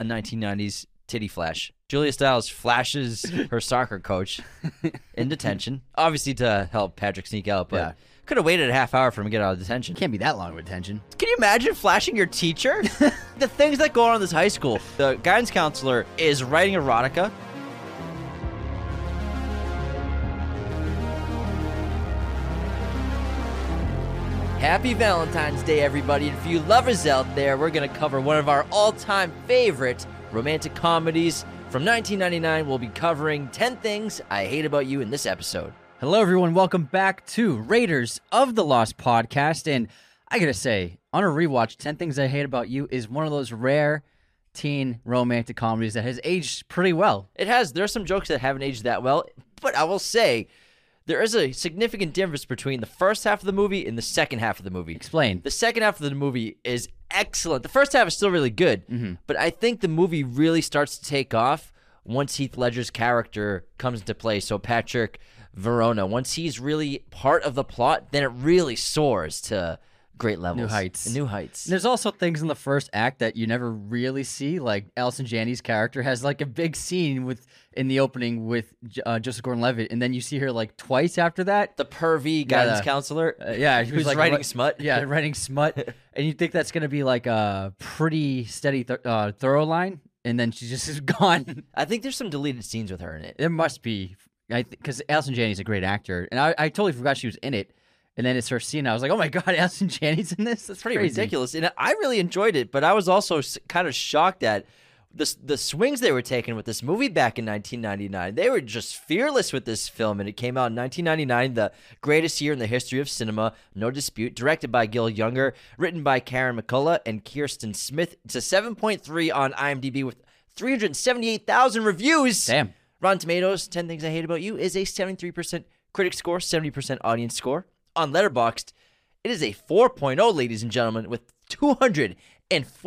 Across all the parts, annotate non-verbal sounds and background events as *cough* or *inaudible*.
a 1990s titty flash. Julia Stiles flashes her soccer coach in detention, obviously to help Patrick sneak out, but Yeah. could have waited a half hour for him to get out of detention. Can't be that long of attention. Can you imagine flashing your *laughs* teacher? the things that go on in this high school. The guidance counselor is writing erotica. Happy Valentine's Day, everybody. And for you lovers out there, we're going to cover one of our all time favorite romantic comedies from 1999. We'll be covering 10 Things I Hate About You in this episode. Hello, everyone. Welcome back to Raiders of the Lost podcast. And I gotta say, on a rewatch, 10 Things I Hate About You is one of those rare teen romantic comedies that has aged pretty well. It has. There are some jokes that haven't aged that well, but I will say there is a significant difference between the first half of the movie and the second half of the movie. Explain. The second half of the movie is excellent. The first half is still really good, Mm-hmm. but I think the movie really starts to take off once Heath Ledger's character comes into play. So Patrick Verona, once he's really part of the plot, then it really soars to great levels, heights. new heights. There's also things in the first act that you never really see. Like Allison Janney's character has like a big scene with in the opening with J- uh, Joseph Gordon-Levitt, and then you see her like twice after that. The pervy guidance counselor, Uh, yeah, he was who's like writing wri- smut. *laughs* Yeah, writing smut, and you think that's gonna be like a pretty steady th- uh, thorough line, and then she just *laughs* is gone. I think there's some deleted scenes with her in it. There must be, I because Allison Janney's a great actor, and I, I totally forgot she was in it. And then it's her scene. I was like, oh my god, *laughs* Allison Janney's in this. That's pretty crazy. ridiculous. And I really enjoyed it, but I was also s- kind of shocked at the s- the swings they were taking with this movie back in 1999. They were just fearless with this film, and it came out in 1999, the greatest year in the history of cinema, no dispute. Directed by Gil Younger, written by Karen McCullough and Kirsten Smith. It's a 7.3 on IMDb with 378,000 reviews. Damn. Rotten Tomatoes, 10 Things I Hate About You is a 73% critic score, 70% audience score. On Letterboxd, it is a 4.0, ladies and gentlemen, with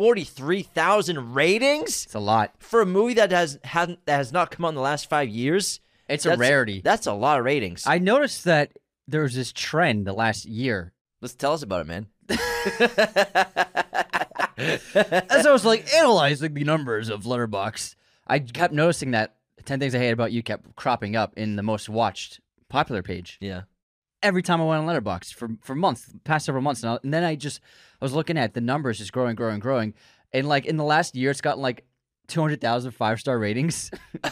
243,000 ratings It's a lot. for a movie that has hasn't that has not come out in the last five years. It's a that's- rarity. That's a lot of ratings. I noticed that there was this trend the last year. Let's tell us about it, man. As I *laughs* was like analyzing the numbers of Letterbox, I kept noticing that 10 Things I Hate About You kept cropping up in the most watched popular page Yeah. every time I went on Letterbox for, for months, past several months. And, I, and then I just, I was looking at the numbers just growing, growing, growing. And like in the last year, it's gotten like 200,000 five star ratings. *laughs*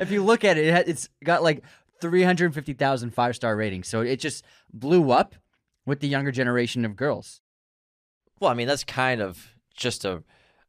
if you look at it, it ha- it's got like 350,000 five star ratings. So it just blew up with the younger generation of girls. Well, I mean, that's kind of just a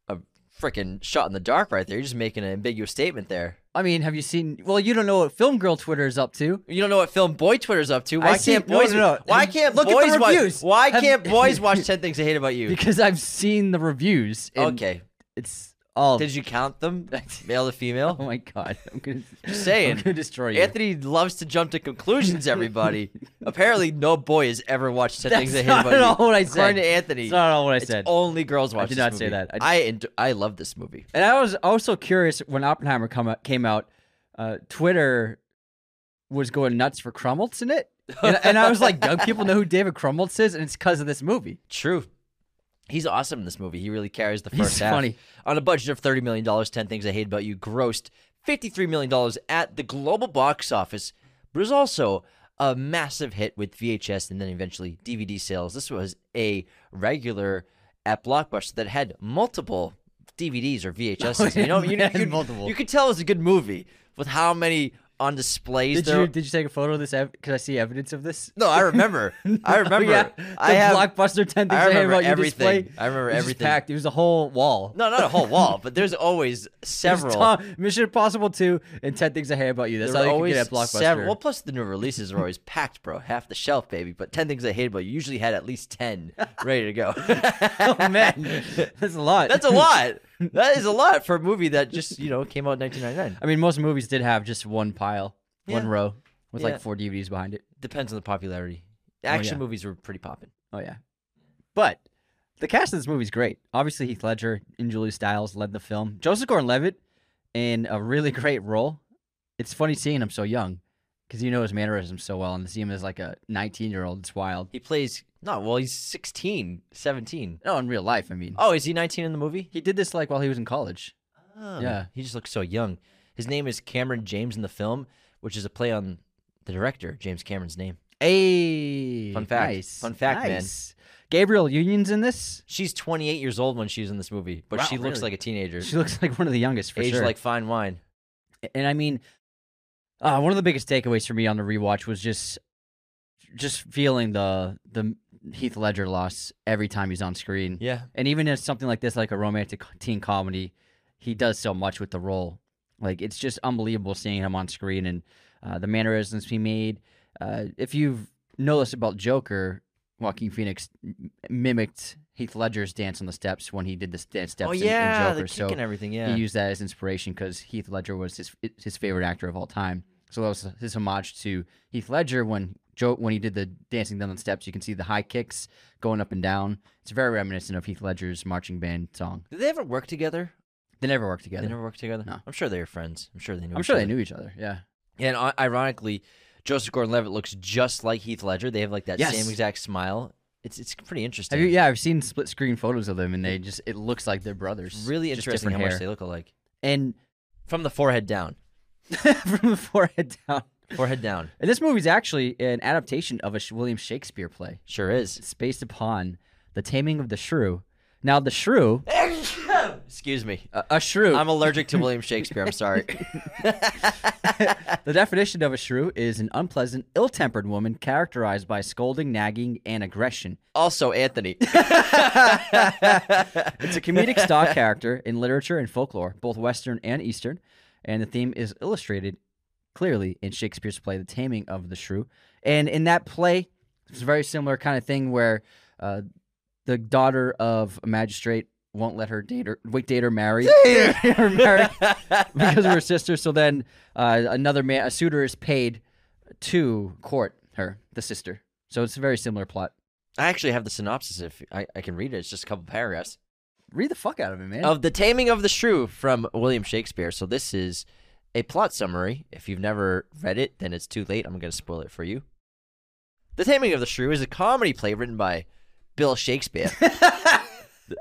a freaking shot in the dark right there. You're just making an ambiguous statement there. I mean, have you seen? Well, you don't know what film girl Twitter is up to. You don't know what film boy Twitter's up to. I Why see- can't no, boys? no, no. Why can't Look at the boys watch? reviews. Why Have- *laughs* can't boys watch Ten Things I Hate About You? Because I've seen the reviews. and *laughs* okay, It's all. did you count *laughs* them, male to female? oh my God. *laughs* I'm going to Just saying. I'm going to destroy you. Anthony loves to jump to conclusions. *laughs* Everybody, apparently, no boy has ever watched Ten That's *laughs* Things I Hate not About You. at all what I said. According to Anthony, It's not all what I it's said. only girls watch. did this not say movie. that. I- I en- I love this movie. And I was also curious when Oppenheimer come out, came out, uh, Twitter was going nuts for Crumholtz in it. And, and I was like, young people know *laughs* who David Crumholtz is, and it's because of this movie. True. He's awesome in this movie. He really carries the He's first half. funny. On a budget of $30 million, 10 Things I Hate About You grossed $53 million at the global box office, but it was also a massive hit with VHS and then eventually DVD sales. This was a regular at Blockbuster that had multiple DVDs or *laughs* VHSs. you know, you, Man, you, multiple. you could tell it was a good movie with how many on displays Did there you did you take a photo of this? Because I see evidence of this. No, I *laughs* remember. *laughs* I remember. yeah, I the have blockbuster ten things I I, hate remember about you everything. display. I remember It was just everything. Packed. It was a whole wall. No, not a whole wall, but *laughs* there's always There's several. Tom- Mission Impossible two and ten things I hate about you. That's There all are you can always get at blockbuster. several- Well, plus the new releases are always packed, bro. Half the shelf, baby. But ten things I hate about you usually had at least *laughs* ten ready to go. *laughs* oh *laughs* man, that's a lot. That's a lot. That is a lot for a movie that just you know came out in 1999. I mean, most movies did have just one pile, one Yeah. row with Yeah. like four DVDs behind it. Depends on the popularity. Action yeah. movies were pretty popping. Oh yeah, but the cast of this movie is great. Obviously, Heath Ledger and Julia Stiles led the film. *laughs* Joseph Gordon-Levitt in a really great role. It's funny seeing him so young because you know his mannerisms so well, and to see him as like a 19 year old, it's wild. He plays no, well, he's 16, 17. No, in real life, I mean. Oh, is he 19 in the movie? He did this like while he was in college. Oh, Yeah. He just looks so young. His name is Cameron James in the film, which is a play on the director, James Cameron's name. Hey, Fun fact. Nice. Fun fact, man. nice. Gabriel Union's in this. She's 28 years old when she's in this movie, but Wow, she looks really? like a teenager. She looks like one of the youngest for aged sure. like fine wine. and I mean, uh, one of the biggest takeaways for me on the rewatch was just, just feeling the the Heath Ledger loss every time he's on screen. Yeah. And even in something like this, like a romantic teen comedy, he does so much with the role. Like it's just unbelievable seeing him on screen and uh, the mannerisms he made. Uh, if you know this about Joker, Joaquin Phoenix m- mimicked Heath Ledger's dance on the steps when he did the st- steps oh in- yeah, in, the Joker. kick so and everything. Yeah. he used that as inspiration because Heath Ledger was his his favorite actor of all time. So that was his homage to Heath Ledger when Joe when he did the dancing down the steps. You can see the high kicks going up and down. It's very reminiscent of Heath Ledger's marching band song. Did they ever work together? They never worked together. They never worked together. No. I'm sure they were friends. I'm sure they knew. I'm each sure they other. knew each other. Yeah, And uh, ironically, Joseph Gordon-Levitt looks just like Heath Ledger. They have like that Yes. same exact smile. It's it's pretty interesting. have you? Yeah, I've seen split screen photos of them, and they just it looks like they're brothers. It's really Just interesting different how hair. much they look alike and *laughs* from the forehead down. from the forehead down. Forehead down. And this movie's actually an adaptation of a Sh- William Shakespeare play. Sure is. It's based upon the Taming of the Shrew. Now the Shrew, Excuse me. Uh, a, a shrew. I'm allergic to William Shakespeare. I'm *laughs* sorry. the definition of a shrew is an unpleasant, ill-tempered woman characterized by scolding, nagging, and aggression. also, Anthony. *laughs* It's a comedic stock character in literature and folklore, both Western and Eastern, and the theme is illustrated clearly in Shakespeare's play *The Taming of the Shrew*. And in that play, it's a very similar kind of thing where uh, the daughter of a magistrate won't let her date or wait *laughs* date or marry, or marry *laughs* because of her sister. So then uh, another man, a suitor, is paid to court her, the sister. So it's a very similar plot. I actually have the synopsis if I, I can read it. It's just a couple paragraphs. Read the fuck out of it, man. Of The Taming of the Shrew from William Shakespeare. So, this is a plot summary. If you've never read it, then it's too late. I'm going to spoil it for you. The Taming of the Shrew is a comedy play written by Bill Shakespeare. The-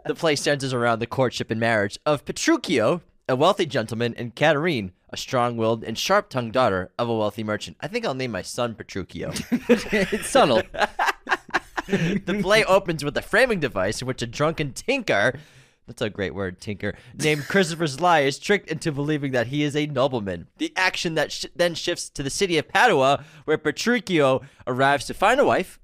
the play centers around the courtship and marriage of Petruchio, a wealthy gentleman, and Katerine, a strong willed and sharp tongued daughter of a wealthy merchant. I think I'll name my son Petruchio. it's subtle. the play opens with a framing device in which a drunken tinker that's a great word tinker named christopher sly is tricked into believing that he is a nobleman the action that sh- then shifts to the city of padua where petruchio arrives to find a wife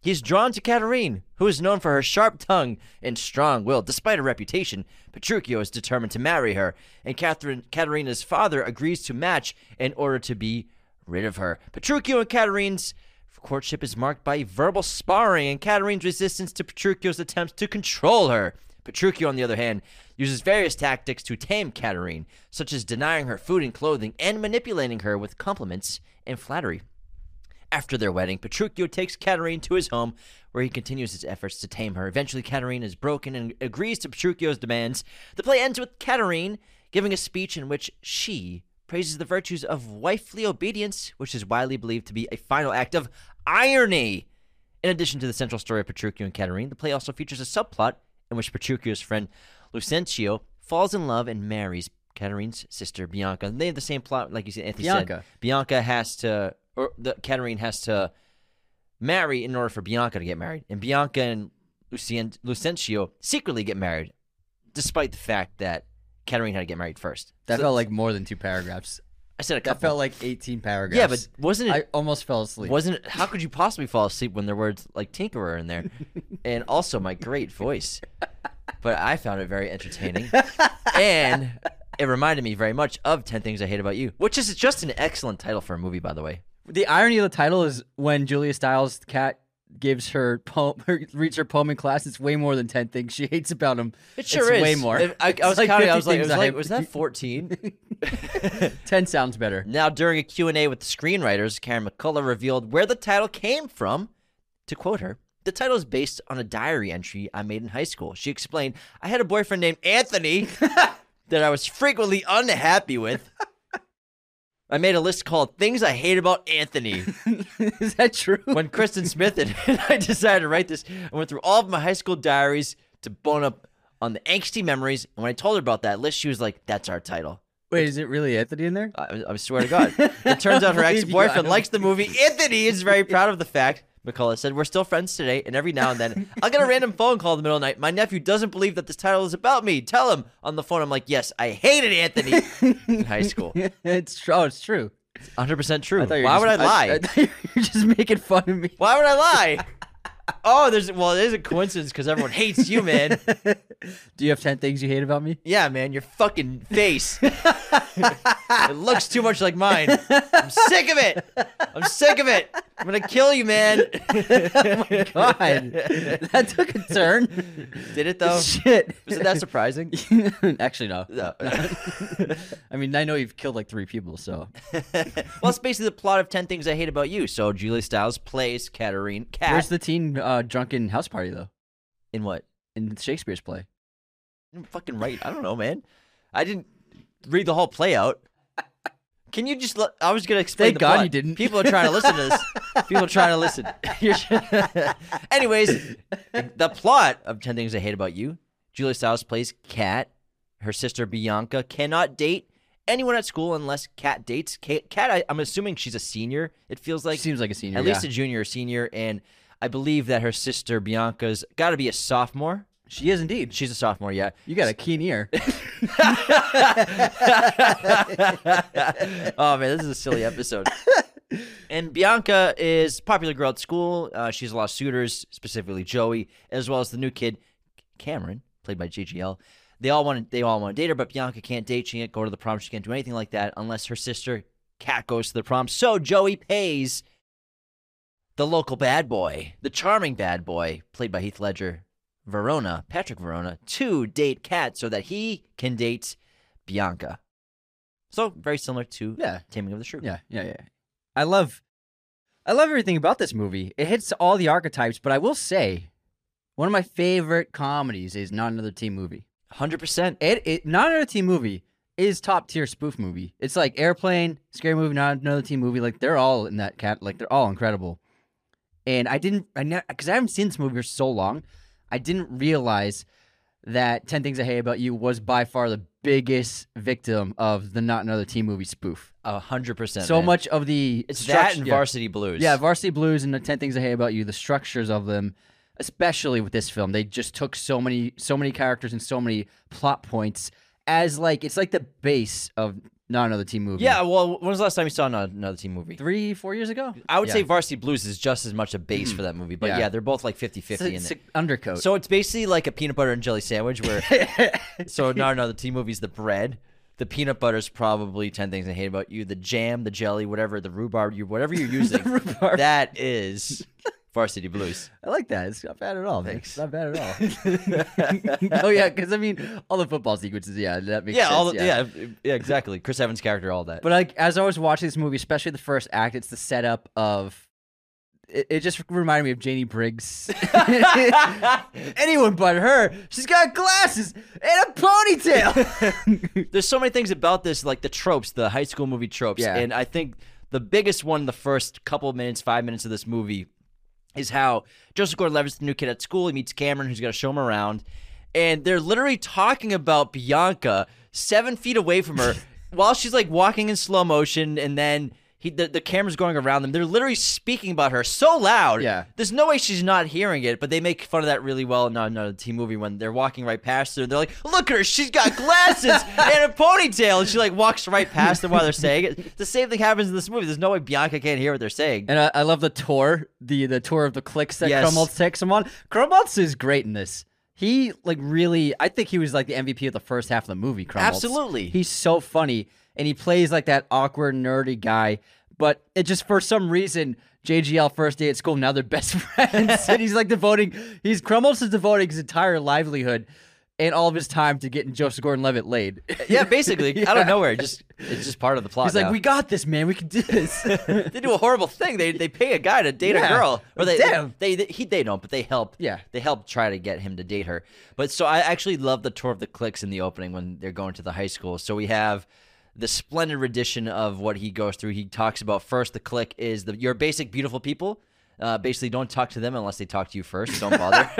he's drawn to Katerine, who is known for her sharp tongue and strong will despite her reputation petruchio is determined to marry her and Catherine, Katerina's father agrees to match in order to be rid of her petruchio and Katerine's Courtship is marked by verbal sparring and Katarine's resistance to Petruchio's attempts to control her. Petruchio, on the other hand, uses various tactics to tame Katarine, such as denying her food and clothing and manipulating her with compliments and flattery. After their wedding, Petruchio takes Katarine to his home, where he continues his efforts to tame her. Eventually, Katarine is broken and agrees to Petruchio's demands. The play ends with Katarine giving a speech in which she praises the virtues of wifely obedience, which is widely believed to be a final act of irony. In addition to the central story of Petruchio and Katarine, the play also features a subplot in which Petruchio's friend Lucentio falls in love and marries Katarine's sister Bianca. And they have the same plot, like you said, Anthony said. Bianca. Bianca has to, or the Katarine has to marry in order for Bianca to get married, and Bianca and Lucien, Lucentio secretly get married, despite the fact that Katarine had to get married first. That So- felt like more than two paragraphs. I said a That couple. felt like 18 paragraphs. yeah, but wasn't it I almost fell asleep. wasn't it, how could you possibly fall asleep when there were words like tinkerer in *laughs* there and also my great voice but i found it very *laughs* entertaining and it reminded me very much of 10 things i hate about you which is just an excellent title for a movie by the way the irony of the title is when Julia Stiles' cat gives her poem, *laughs* her, reads her poem in class, it's way more than 10 things she hates about him. it sure it's is way more. If- i, It's I was counting i 50 was like, it things was, I like hate. was *laughs* that 14 10 sounds better. *laughs* Now, during a Q&A with the screenwriters, Karen McCullough revealed where the title came from. To quote her, the title is based on a diary entry I made in high school. She explained, I had a boyfriend *laughs* named Anthony that I was frequently unhappy with. I made a list called Things I Hate About Anthony. Is that true? when Kristen Smith and *laughs* I decided to write this, I went through all of my high school diaries to bone up on the angsty memories. And when I told her about that list, she was like, "That's our title." Wait, is it really Anthony in there? I, I swear to God. It turns *laughs* out her Believe you, I ex-boyfriend don't likes the movie. Anthony is very proud of the fact. McCullough said, "We're still friends today, and every now and then I'll get a random phone call in the middle of the night. My nephew doesn't believe that this title is about me. Tell him on the phone. I'm like, yes, I hated *laughs* Anthony in high school. *laughs* it's true. Oh, it's true. 100 percent true. I thought Why you were would I just- lie? I thought you're just making fun of me. Why would I lie? Oh, there's well, it is a coincidence because everyone hates you, man. *laughs* Do you have 10 things you hate about *laughs* me? Yeah, man, your fucking face. it looks too much like mine. I'm sick of it. I'm sick of it. I'm gonna kill you, man. Oh God, that took a *laughs* turn. Did it though? *laughs* Shit. Isn't that surprising? Um, Actually, no. No. *laughs* I mean, I know you've killed like three people, *laughs* so. well, it's basically the plot of Ten Things I Hate About You. So Julie Stiles plays Katarine Cat Where's the teen uh, drunken house party, though? in what? In Shakespeare's play. I'm fucking right. I don't know, man. I didn't read the whole play out. Can you just? Let, I was gonna explain. Thank the God plot. you didn't. People are trying to listen to *laughs* this. People are trying to listen. You're- *laughs* Anyways, the plot of Ten Things I Hate About You. Julia Stiles plays Kat. Her sister Bianca cannot date anyone at school unless Kat dates. Ka- Kat, I, I'm assuming she's a senior. It feels like Seems like a senior. at least yeah. a junior or senior, and I believe that her sister Bianca's got to be a sophomore. she is indeed. She's a sophomore, yeah. You got a keen ear. *laughs* *laughs* oh man, this is a silly episode. And Bianca is a popular girl at school. Uh, she's lost suitors, specifically Joey, as well as the new kid Cameron, played by JGL. They all want to, they all want to date her, but Bianca can't date. She can't go to the prom. She can't do anything like that unless her sister Kat goes to the prom. So Joey pays the local bad boy, the charming bad boy, played by Heath Ledger, Verona, Patrick Verona, to date Kat so that he can date Bianca. So very similar to Yeah. Taming of the Shrew. Yeah, yeah, yeah. I love I love everything about this movie. It hits all the archetypes, but I will say one of my favorite comedies is Not Another Teen Movie. Hundred percent. It, it Not Another Teen Movie is top tier spoof movie. It's like Airplane, Scary Movie, Not Another Teen Movie, like they're all in that cat like they're all incredible. And I didn't I never cuz I haven't seen this movie for so long. I didn't realize that 10 Things I Hate About You was by far the biggest victim of the Not Another Teen Movie spoof. hundred percent. So man. much of the It's that struct- and yeah. Varsity Blues. Yeah, Varsity Blues and the Ten Things I Hate About You, the structures of them, especially with this film, they just took so many, so many characters and so many plot points as like it's like the base of not another team movie. yeah. Well, when was the last time you saw ano- another team movie? three, four years ago. I would Yeah. say Varsity Blues is just as much a base for that movie, but Mm. yeah, Yeah. they're both like 50-50 it's, in it's it. an undercoat. So it's basically like a peanut butter and jelly sandwich *laughs* where so not another team movie's the bread. The peanut butter's probably ten things I hate about you. The jam, the jelly, whatever, the rhubarb, you whatever *laughs* you're using. rhubarb. That is Varsity Blues. *laughs* I like that. It's not bad at all. man. Thanks. It's not bad *laughs* at all. *laughs* oh yeah, because I mean, all the football sequences. Yeah, that makes Yeah, sense. all the, yeah. yeah, exactly. Chris Evans' character, all that. But like as I was watching this movie, especially the first act, it's the setup of. It, it just reminded me of Janie Briggs. *laughs* Anyone but her. She's got glasses and a *laughs* ponytail. there's so many things about this, like the tropes, the high school movie tropes, Yeah. and I think the biggest one, the first couple of minutes, five minutes of this movie, is how Joseph Gordon-Levitt's the new kid at school. He meets Cameron, who's going to show him around, and they're literally talking about Bianca seven feet away from *laughs* her while she's like walking in slow motion, and then. He, the, the camera's going around them. They're literally speaking about her so loud. Yeah. There's no way she's not hearing it, but they make fun of that really well in another teen movie when they're walking right past her. They're like, look at her, she's got glasses *laughs* and a ponytail. And she like walks right past them while they're saying it. The same thing happens in this movie. There's no way Bianca can't hear what they're saying. and I, I love the tour, the the tour of the clicks that Yes. Krumholtz takes him on. Krumholtz is great in this. He like really, I think he was like the MVP of the first half of the movie. Krumholtz. Absolutely. he's so funny, and he plays like that awkward, nerdy guy. But it just for some reason, JGL first day at school. Now they're best *laughs* friends, and he's like devoting. He's Krumholtz is devoting his entire livelihood and all of his time to getting Joseph Gordon-Levitt laid. *laughs* yeah, *laughs* basically, out of nowhere, just it's just part of the plot. He's like, now. we got this, man. We can do *laughs* this. they do a horrible thing. They they pay a guy to date Yeah. a girl, or they, Damn. they they he they don't, but they help. Yeah. they help try to get him to date her. But so I actually love the tour of the cliques in the opening when they're going to the high school. So we have the splendid rendition of what he goes through. He talks about first the click is the your basic beautiful people. Uh, basically, don't talk to them unless they talk to you first. Don't *laughs* bother.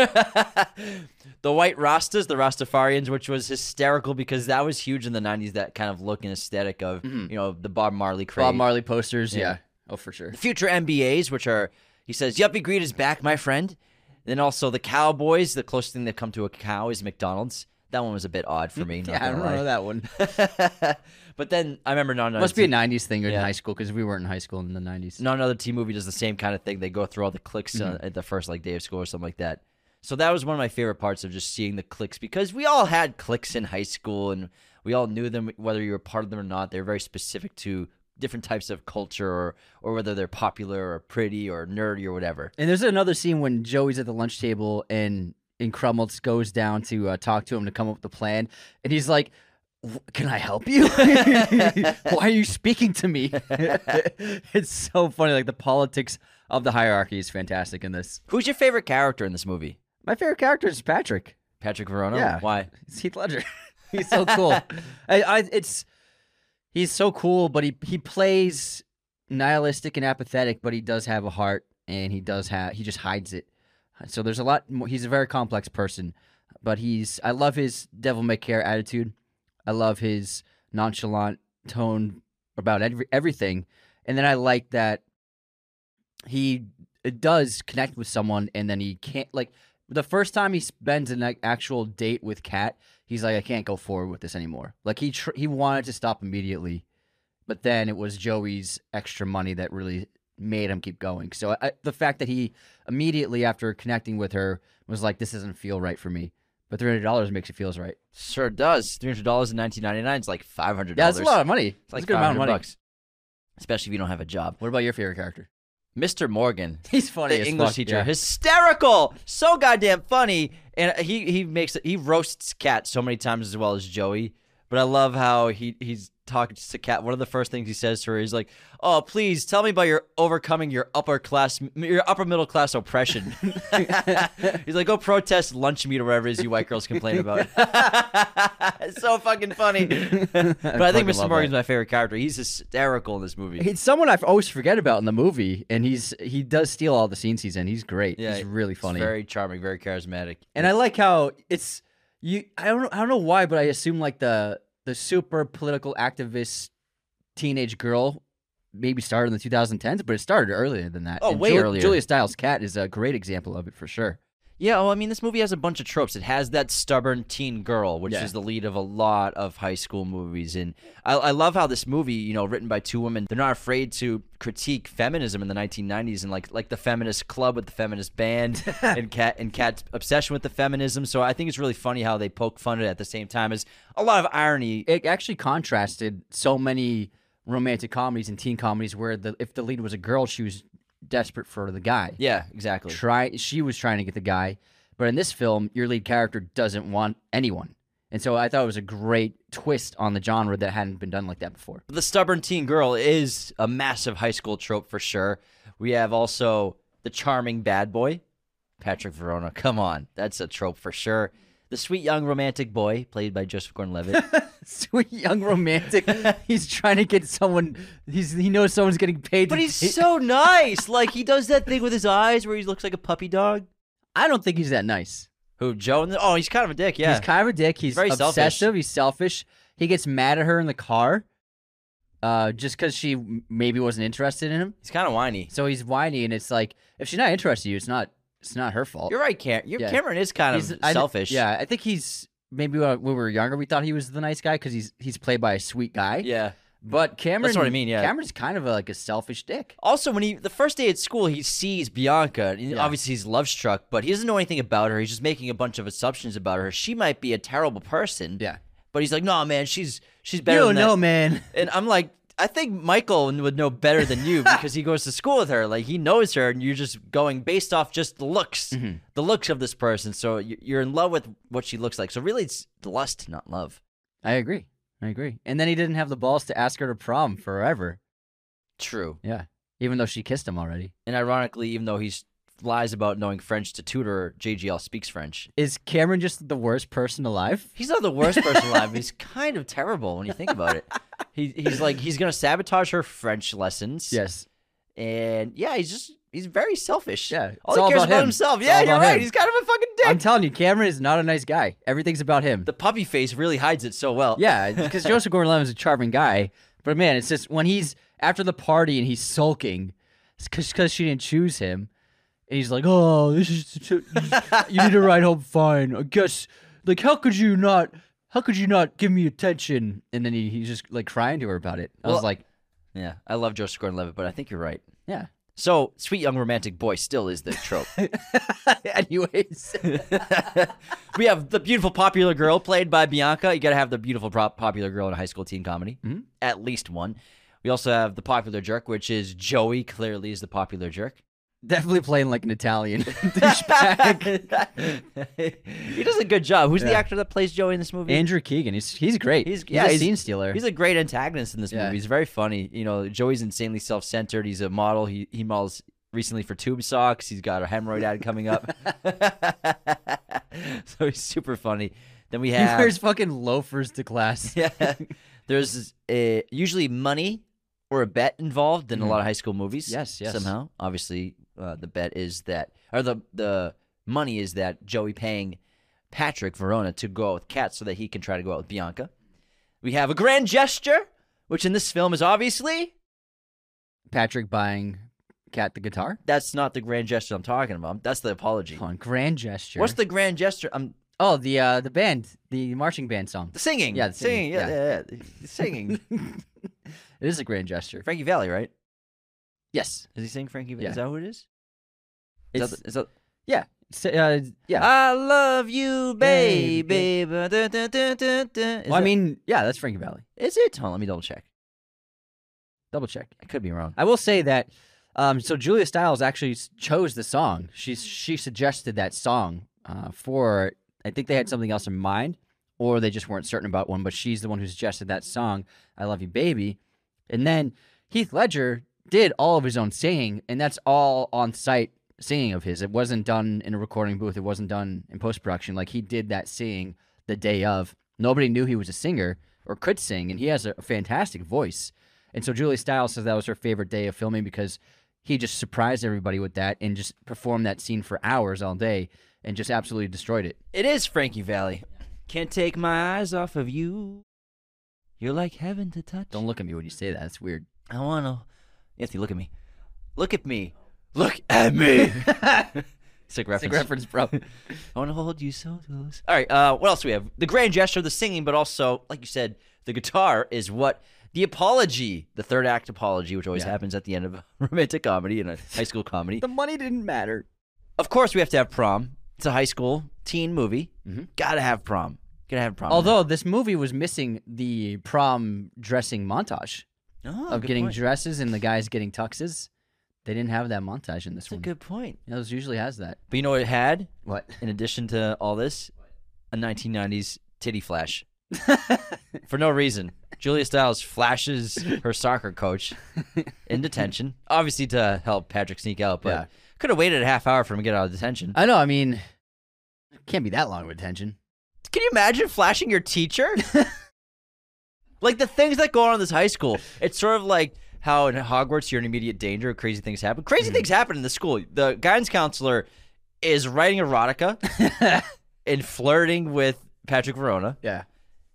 the white Rastas, the Rastafarians, which was hysterical because that was huge in the '90s. That kind of look and aesthetic of you know the Bob Marley craze. Mm-hmm. Bob Marley posters. Yeah. Oh, for sure. The future MBAs, which are he says, Yuppie Greed is back, my friend. Then also the Cowboys, the closest thing that come to a cow is McDonald's. That one was a bit odd for me. not *laughs* Yeah, I gonna don't lie. know that one. *laughs* but then I remember not another Must be a teen- '90s thing in Yeah. high school because we weren't in high school in the '90s. not another teen movie does the same kind of thing. They go through all the clicks uh, Mm-hmm. at the first like day of school or something like that. So that was one of my favorite parts of just seeing the clicks because we all had clicks in high school and we all knew them whether you were part of them or not. They're very specific to different types of culture or or whether they're popular or pretty or nerdy or whatever. And there's another scene when Joey's at the lunch table and and Crummelts goes down to uh, talk to him to come up with the plan, and he's like, "W- "Can I help you? *laughs* Why are you speaking to me?" *laughs* it's so funny. Like the politics of the hierarchy is fantastic in this. Who's your favorite character in this movie? My favorite character is Patrick. Patrick Verona? Yeah. Why? It's *laughs* Heath Ledger. he's so cool. I, I, it's he's so cool, but he he plays nihilistic and apathetic, but he does have a heart, and he does have he just hides it. So there's a lot. More, he's a very complex person, but he's I love his devil may care attitude. I love his nonchalant tone about every, everything, and then I like that he does connect with someone, and then he can't like the first time he spends an like, actual date with Kat, he's like, I can't go forward with this anymore. Like he tr- he wanted to stop immediately, but then it was Joey's extra money that really made him keep going. So I, the fact that he immediately after connecting with her was like, this doesn't feel right for me. But three hundred dollars makes it feels right. Sure does. Three hundred dollars in nineteen ninety nine is like five hundred Yeah, dollars. that's a lot of money. It's That's like a good amount of 500 money. bucks. Especially if you don't have a job. What about your favorite character? *laughs* Mr. Morgan, He's funny. the as English fuck, teacher, yeah. hysterical, so goddamn funny, and he he makes he roasts Cat so many times as well as Joey. But I love how he he's talking to Cat. One of the first things he says to her is like, "Oh, please tell me about your overcoming your upper class, your upper middle class *laughs* oppression." he's like, "Go protest lunch meat or whatever it is you white girls complain about." *laughs* it's so fucking funny. *laughs* *laughs* but I think fucking Mr. love Morgan's my favorite character. He's hysterical in this movie. He's someone I always forget about in the movie, and he's he does steal all the scenes he's in. He's great. Yeah, he's really he's funny. very charming, very charismatic. And I like how it's you. I don't. know- I don't know why, but I assume like the the super political activist teenage girl maybe started in the 2010s, but it started earlier than that. Oh, And way Jul- earlier. Julia Stiles' cat is a great example of it for sure. Yeah, well, I mean, this movie has a bunch of tropes. It has that stubborn teen girl, which Yeah. is the lead of a lot of high school movies, and I, I love how this movie, you know, written by two women, they're not afraid to critique feminism in the 1990s, and like like the feminist club with the feminist band, and cat and cat's obsession with the feminism. So I think it's really funny how they poke fun at it at the same time as a lot of irony. It actually contrasted so many romantic comedies and teen comedies where the if the lead was a girl, she was desperate for the guy. Yeah, exactly. try she was trying to get the guy but in this film your lead character doesn't want anyone and so i thought it was a great twist on the genre that hadn't been done like that before *laughs* the stubborn teen girl is a massive high school trope for sure. We have also the charming bad boy, Patrick Verona. Come on, that's a trope for sure. The sweet young romantic boy, played by Joseph *laughs* Gordon-Levitt. sweet young *laughs* romantic he's trying to get someone he's he knows someone's getting paid but to he's date. so nice. Like he does that thing with his eyes where he looks like a puppy dog. i don't think he's that nice Who Joe? and- Oh, he's kind of a dick. Yeah, he's kind of a dick he's Very selfish. obsessive he's selfish he gets mad at her in the car uh, just because she m- maybe wasn't interested in him he's kind of whiny. so he's whiny and it's like if she's not interested in you it's not it's not her fault You're right, Cam- your Yeah. Cameron is kind He's- of I th- selfish. yeah, I think he's maybe when when we were younger, we thought he was the nice guy because he's he's played by a sweet guy. yeah. but Cameron, That's what I mean, yeah. Cameron's kind of a, like a selfish dick. Also, when he the first day at school, he sees Bianca. And Yeah. Obviously, he's love struck, but he doesn't know anything about her. He's just making a bunch of assumptions about her. She might be a terrible person. Yeah, But he's like, no, man, she's she's better. you than don't know, that." *laughs* man. And I'm like, I think Michael would know better than *laughs* you because he goes to school with her. Like he knows her, and you're just going based off just the looks, Mm-hmm. the looks of this person. So you- you're in love with what she looks like. So really, it's lust, not love. I agree. I agree. And then he didn't have the balls to ask her to prom forever. True. Yeah, even though she kissed him already. And ironically, even though he's lies about knowing French to tutor, JGL speaks French. Is Cameron just the worst person alive? *laughs* He's not the worst person alive. but He's kind of terrible when you think about it. He, he's like he's gonna sabotage her French lessons. Yes. and yeah, he's just he's very selfish. Yeah, it's all he all cares about about him. himself. It's Yeah, all you're about right. him. He's kind of a fucking dick. I'm telling you, Cameron is not a nice guy. Everything's about him. the puppy face really hides it so well. Yeah, because Joseph Gordon-Levitt is a charming guy, but man, it's just when he's after the party and he's sulking because she didn't choose him, and he's like, "Oh, this is you need to ride home fine." I guess like how could you not? How could you not give me attention? And then he, he's just like crying to her about it. I was Well- like, yeah. I love Joseph Gordon-Levitt, but I think you're right. "Yeah." *laughs* So, sweet young romantic boy still is the trope. Anyways, *laughs* we have the beautiful popular girl played by Bianca. You got to have the beautiful prop popular girl in a high school teen comedy, Mm-hmm. at least one. We also have the popular jerk, which is Joey. Clearly, is the popular jerk. definitely playing like an Italian. *laughs* *laughs* he does a good job. Who's the Yeah. actor that plays Joey in this movie? Andrew Keegan, he's he's great. He's- He's, yeah, a he's- scene stealer. He's a great antagonist in this Yeah. movie. He's very funny. You know, Joey's insanely self-centered. He's a model. He he models recently for Tube Socks. He's got a hemorrhoid ad coming *laughs* up. *laughs* so he's super funny. Then we he have wears fucking loafers to *laughs* class. yeah. There's uh usually money or a bet involved in a lot of high school movies. Yes, yes. Somehow, obviously, uh, the bet is that, or the the money is that Joey paying Patrick Verona to go out with Kat so that he can try to go out with Bianca. We have a grand gesture, which in this film is obviously Patrick buying Cat the guitar. that's not the grand gesture I'm talking about. That's the apology. Hold on, grand gesture. What's the grand gesture? I'm oh the uh, the band the marching band song? the singing. Yeah, the singing. Yeah, singing, yeah, yeah. *laughs* singing. *laughs* It is a grand gesture. Frankie Valley, right? Yes. Is he singing Frankie? Valley? Yeah. Is that who it is? Is It's, that, the- is that yeah. It's, uh, yeah. I love you, Baby, baby. Ba- dun- dun- dun- dun- dun. Is well, I that- mean, yeah, that's Frankie Valley. is it? Hold on, let me double check. Double check. I could be wrong. I will say that. Um, so Julia Stiles actually s- chose the song. She she suggested that song uh, for. I think they had something else in mind, or they just weren't certain about one. But she's the one who suggested that song, "I Love You, Baby," and then Heath Ledger did all of his own singing, and that's all on site singing of his. It wasn't done in a recording booth. It wasn't done in post production. Like he did that singing the day of. Nobody knew he was a singer or could sing, and he has a fantastic voice. And so Julie Stiles says that was her favorite day of filming because he just surprised everybody with that and just performed that scene for hours all day and just absolutely destroyed it. It is Frankie Valley. Can't take my eyes off of you. You're like heaven to touch. Don't look at me when you say that. It's weird. I wanna. Anthony, look at me. Look at me. Look at *laughs* me. Sick reference. Sick reference, bro. I wanna hold you so close. All right. Uh, what else do we have? The grand gesture, the singing, but also, like you said, the guitar is what the apology, the third act apology, which always Yeah. happens at the end of *laughs* a romantic comedy and a high school comedy. *laughs* the money didn't matter. of course, we have to have prom. It's a high school teen movie. Mhm. Gotta have prom. Gotta have prom. Although this movie was missing the prom dressing montage oh, of good getting point. dresses and the guys getting tuxes. They didn't have that montage in this That's a one. good point. You know, this usually has that. But you know what it had? What? in addition to all this, a 1990s titty flash. For no reason. Julia Stiles flashes her soccer coach in detention, obviously to help Patrick sneak out, but Yeah. could have waited a half hour for him to get out of detention. I know. I mean, can't be that long of attention. Can you imagine flashing your teacher? *laughs* like the things that go on in this high school. It's sort of like how in Hogwarts you're in immediate danger, crazy things happen. Crazy things happen in the school. The guidance counselor is writing erotica *laughs* and flirting with Patrick Verona. Yeah.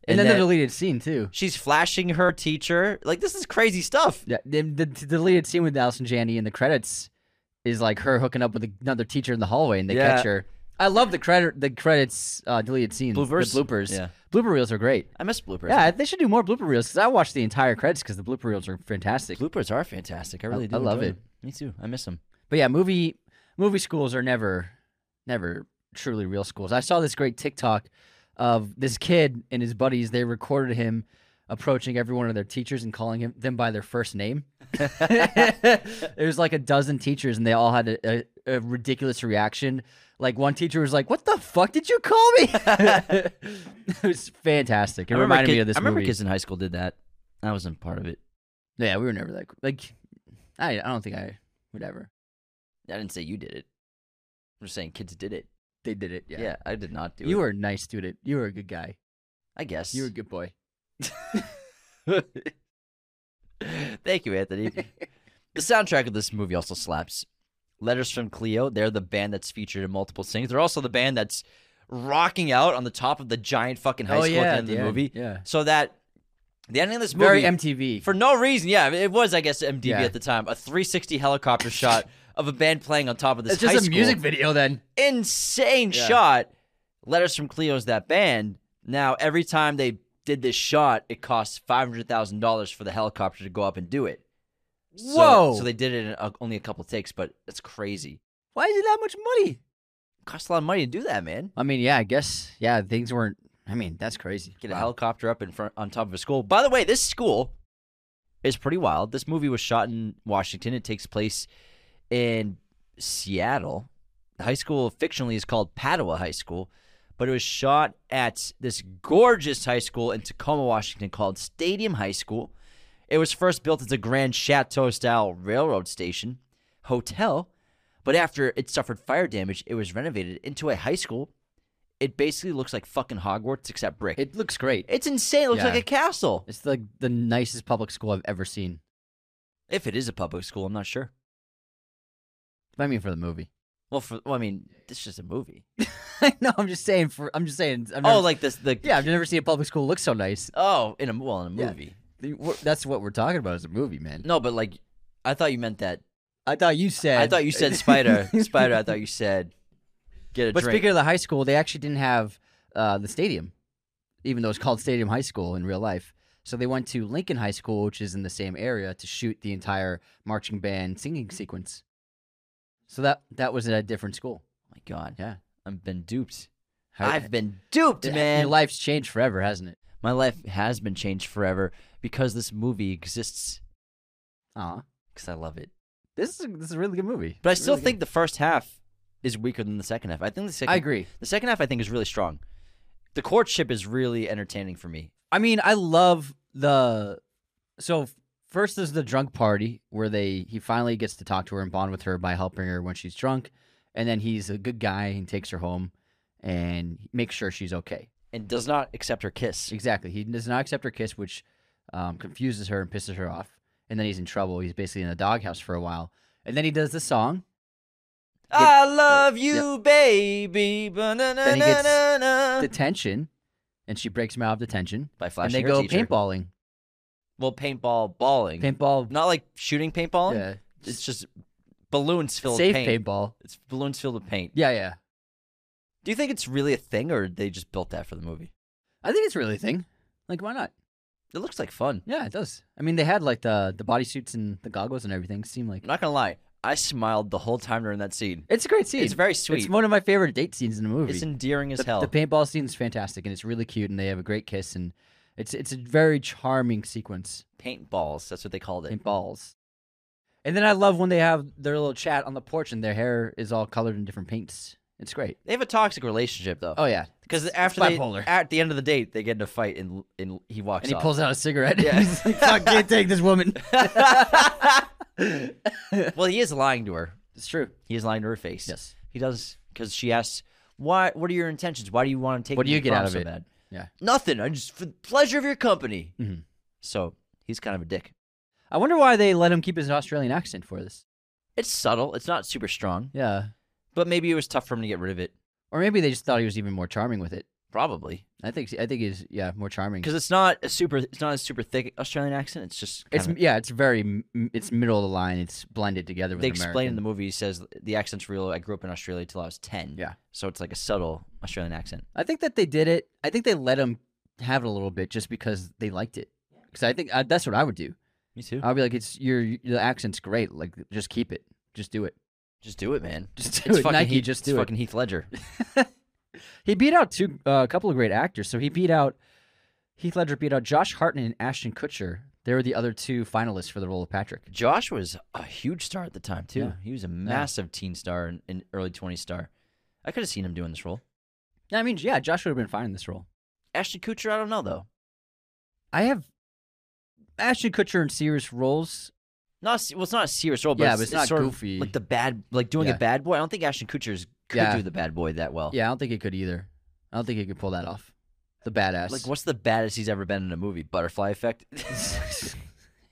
And And, then that- the deleted scene too. She's flashing her teacher. Like this is crazy stuff. Yeah, the, the the deleted scene with Allison Janney in the credits is like her hooking up with another teacher in the hallway, and they Yeah. catch her. I love the credit the credits uh, deleted scenes. the Bloopers? bloopers. Yeah. Blooper reels are great. I miss bloopers. Yeah, they should do more blooper reels because I watched the entire credits because the blooper reels are fantastic. bloopers are fantastic. I really do. I love enjoy it. them. Me too. I miss them. But yeah, movie movie schools are never never truly real schools. I saw this great TikTok of this kid and his buddies. They recorded him approaching every one of their teachers and calling him them by their first *laughs* name. There's like a dozen teachers and they all had a, a, a ridiculous reaction. Like one teacher was like, "What the fuck did you call me?" *laughs* it was fantastic. It I remember reminded me kid- of this I remember movie. kids in high school did that. I wasn't part of it. Yeah, we were never like like I I don't think I would ever. I didn't say you did it. I'm just saying kids did it. They did it. Yeah, I did not do it. You were a nice student. You were a good guy. I guess. You were a good boy. *laughs* Thank you, *laughs* Anthony. the soundtrack of this movie also slaps. Letters from Cleo, they're the band that's featured in multiple scenes. They're also the band that's rocking out on the top of the giant fucking high Oh, school yeah, at the at end of the the end, movie. yeah. So that the ending of this movie Very MTV. for no reason. Yeah, it was I guess MDB Yeah. at the time. A 360 helicopter shot of a band playing on top of this it's just high a school. music video then. Insane Yeah. shot. Letters from Cleo's that band. Now every time they did this shot, it cost five hundred thousand dollars for the helicopter to go up and do it. So- Whoa. So, they did it in a, only a couple takes, but that's crazy. Why is it that much money? It costs a lot of money to do that, man. I mean, yeah, I guess yeah, things weren't I mean, that's crazy. Get a Wow. helicopter up in front on top of a school. By the way, this school is pretty wild. This movie was shot in Washington. It takes place in Seattle. The high school fictionally is called Padua High School, but it was shot at this gorgeous high school in Tacoma, Washington called Stadium High School. It was first built as a grand chateau style railroad station hotel, but after it suffered fire damage, it was renovated into a high school. It basically looks like fucking Hogwarts except brick. It looks great. It's insane. It looks Yeah. like a castle. It's like the nicest public school I've ever seen. If it is a public school, I'm not sure. I mean for the movie. *laughs* Well, for, well I mean, this is just a movie. no, I'm just saying for I'm just saying I've Oh, never- like this the Yeah, I've never seen a public school look so nice. Oh, in a well, in a Yeah. movie. The- wh- That's what we're talking about is a movie, man. No, but like, I thought you meant that. I thought you said I thought you *laughs* said spider, spider. I thought you said get a But drink. speaking of the high school, they actually didn't have uh, the stadium, even though it's called Stadium High School in real life. So they went to Lincoln High School, which is in the same area, to shoot the entire marching band singing sequence. So that that was at a different school. oh my god, Yeah, I've been duped. How- I've been duped, Th- man. Your life's changed forever, hasn't it? my life has been changed forever because this movie exists. Aw. Because I love it. This is this is a really good movie. But I Really still good. think the first half is weaker than the second half. I think the second. I agree. The second half, I think, is really strong. The courtship is really entertaining for me. I mean, I love the so f- first there's the drunk party where they he finally gets to talk to her and bond with her by helping her when she's drunk, and then he's a good guy and takes her home and makes sure she's okay. and does not accept her kiss. Exactly, he does not accept her kiss, which um, confuses her and pisses her off, and then he's in trouble. He's basically in the doghouse for a while, and then he does *laughs* the song. I love you, baby. Then he gets Detention, and she breaks him out of detention, by and flashing they her go teacher. paintballing. Well, paintball balling, Paintball, not like shooting paintballing. yeah, It's just balloons filled safe with paint. paintball. It's balloons filled with paint. Yeah, yeah. Do you think it's really a thing, or they just built that for the movie? I think it's really a thing. Like, why not? It looks like fun. Yeah, it does. I mean, they had like the the bodysuits and the goggles and everything. Seem like I'm not gonna lie, I smiled the whole time during that scene. it's a great scene. It's very sweet. It's one of my favorite date scenes in the movie. It's endearing as the, hell. the paintball scene is fantastic, and it's really cute, and they have a great kiss, and it's it's a very charming sequence. Paintballs, that's what they called it. Paintballs, and then I love when they have their little chat on the porch, and their hair is all colored in different paints. It's great. They have a toxic relationship though, Oh yeah, because after they, bipolar. at the end of the date, they get in a fight and and he walks and he off. pulls out a cigarette. Yeah. *laughs* He's like, "Fuck, can't take *laughs* this woman." well, he is lying to her. it's true. He is lying to her face. Yes. he does because she asks, "Why? What are your intentions? Why do you want to take? What do me you to get prom out of so it?" bad?" Yeah. nothing. I just for the pleasure of your company. Mhm. So he's kind of a dick. I wonder why they let him keep his Australian accent for this. It's subtle. It's not super strong, Yeah. but maybe it was tough for him to get rid of it. Or maybe they just thought he was even more charming with it. Probably I think I think he's yeah more charming. because it's not a super. It's not a super thick Australian accent. It's just It's kind of- yeah, it's very m- it's middle of the line. It's blended together with They explain in the American. movie. He says the accent's real. I grew up in Australia till I was ten. Yeah. so it's like a subtle Australian accent. I think that they did it. I think they let him have it a little bit just because they liked it. Because I think uh, that's what I would do. Me too. I'd be like, it's your your accent's great. Like just keep it. Just do it. *laughs* Just do it, man. Just do It's it. fucking Nike, Heath, just it's do it. fucking Heath *laughs* Ledger. He beat out two uh, a couple of great actors. So he beat out Heath Ledger beat out Josh Hartnett and Ashton Kutcher. They were the other two finalists for the role of Patrick. Josh was a huge star at the time too. Yeah. He was a massive teen star and, and early 20s star. I could have seen him doing this role. I mean, yeah, Josh would have been fine in this role. Ashton Kutcher, I don't know though. I have Ashton Kutcher in serious roles. Not a se- well, it's not a serious role, but Yeah, it's, but it's not sort of goofy. like the bad, like doing Yeah. a bad boy. I don't think Ashton Kutcher's could Yeah. do the bad boy that well. Yeah, I don't think he could either. I don't think he could pull that off. The badass. Like, what's the baddest he's ever been in a movie? Butterfly Effect. *laughs*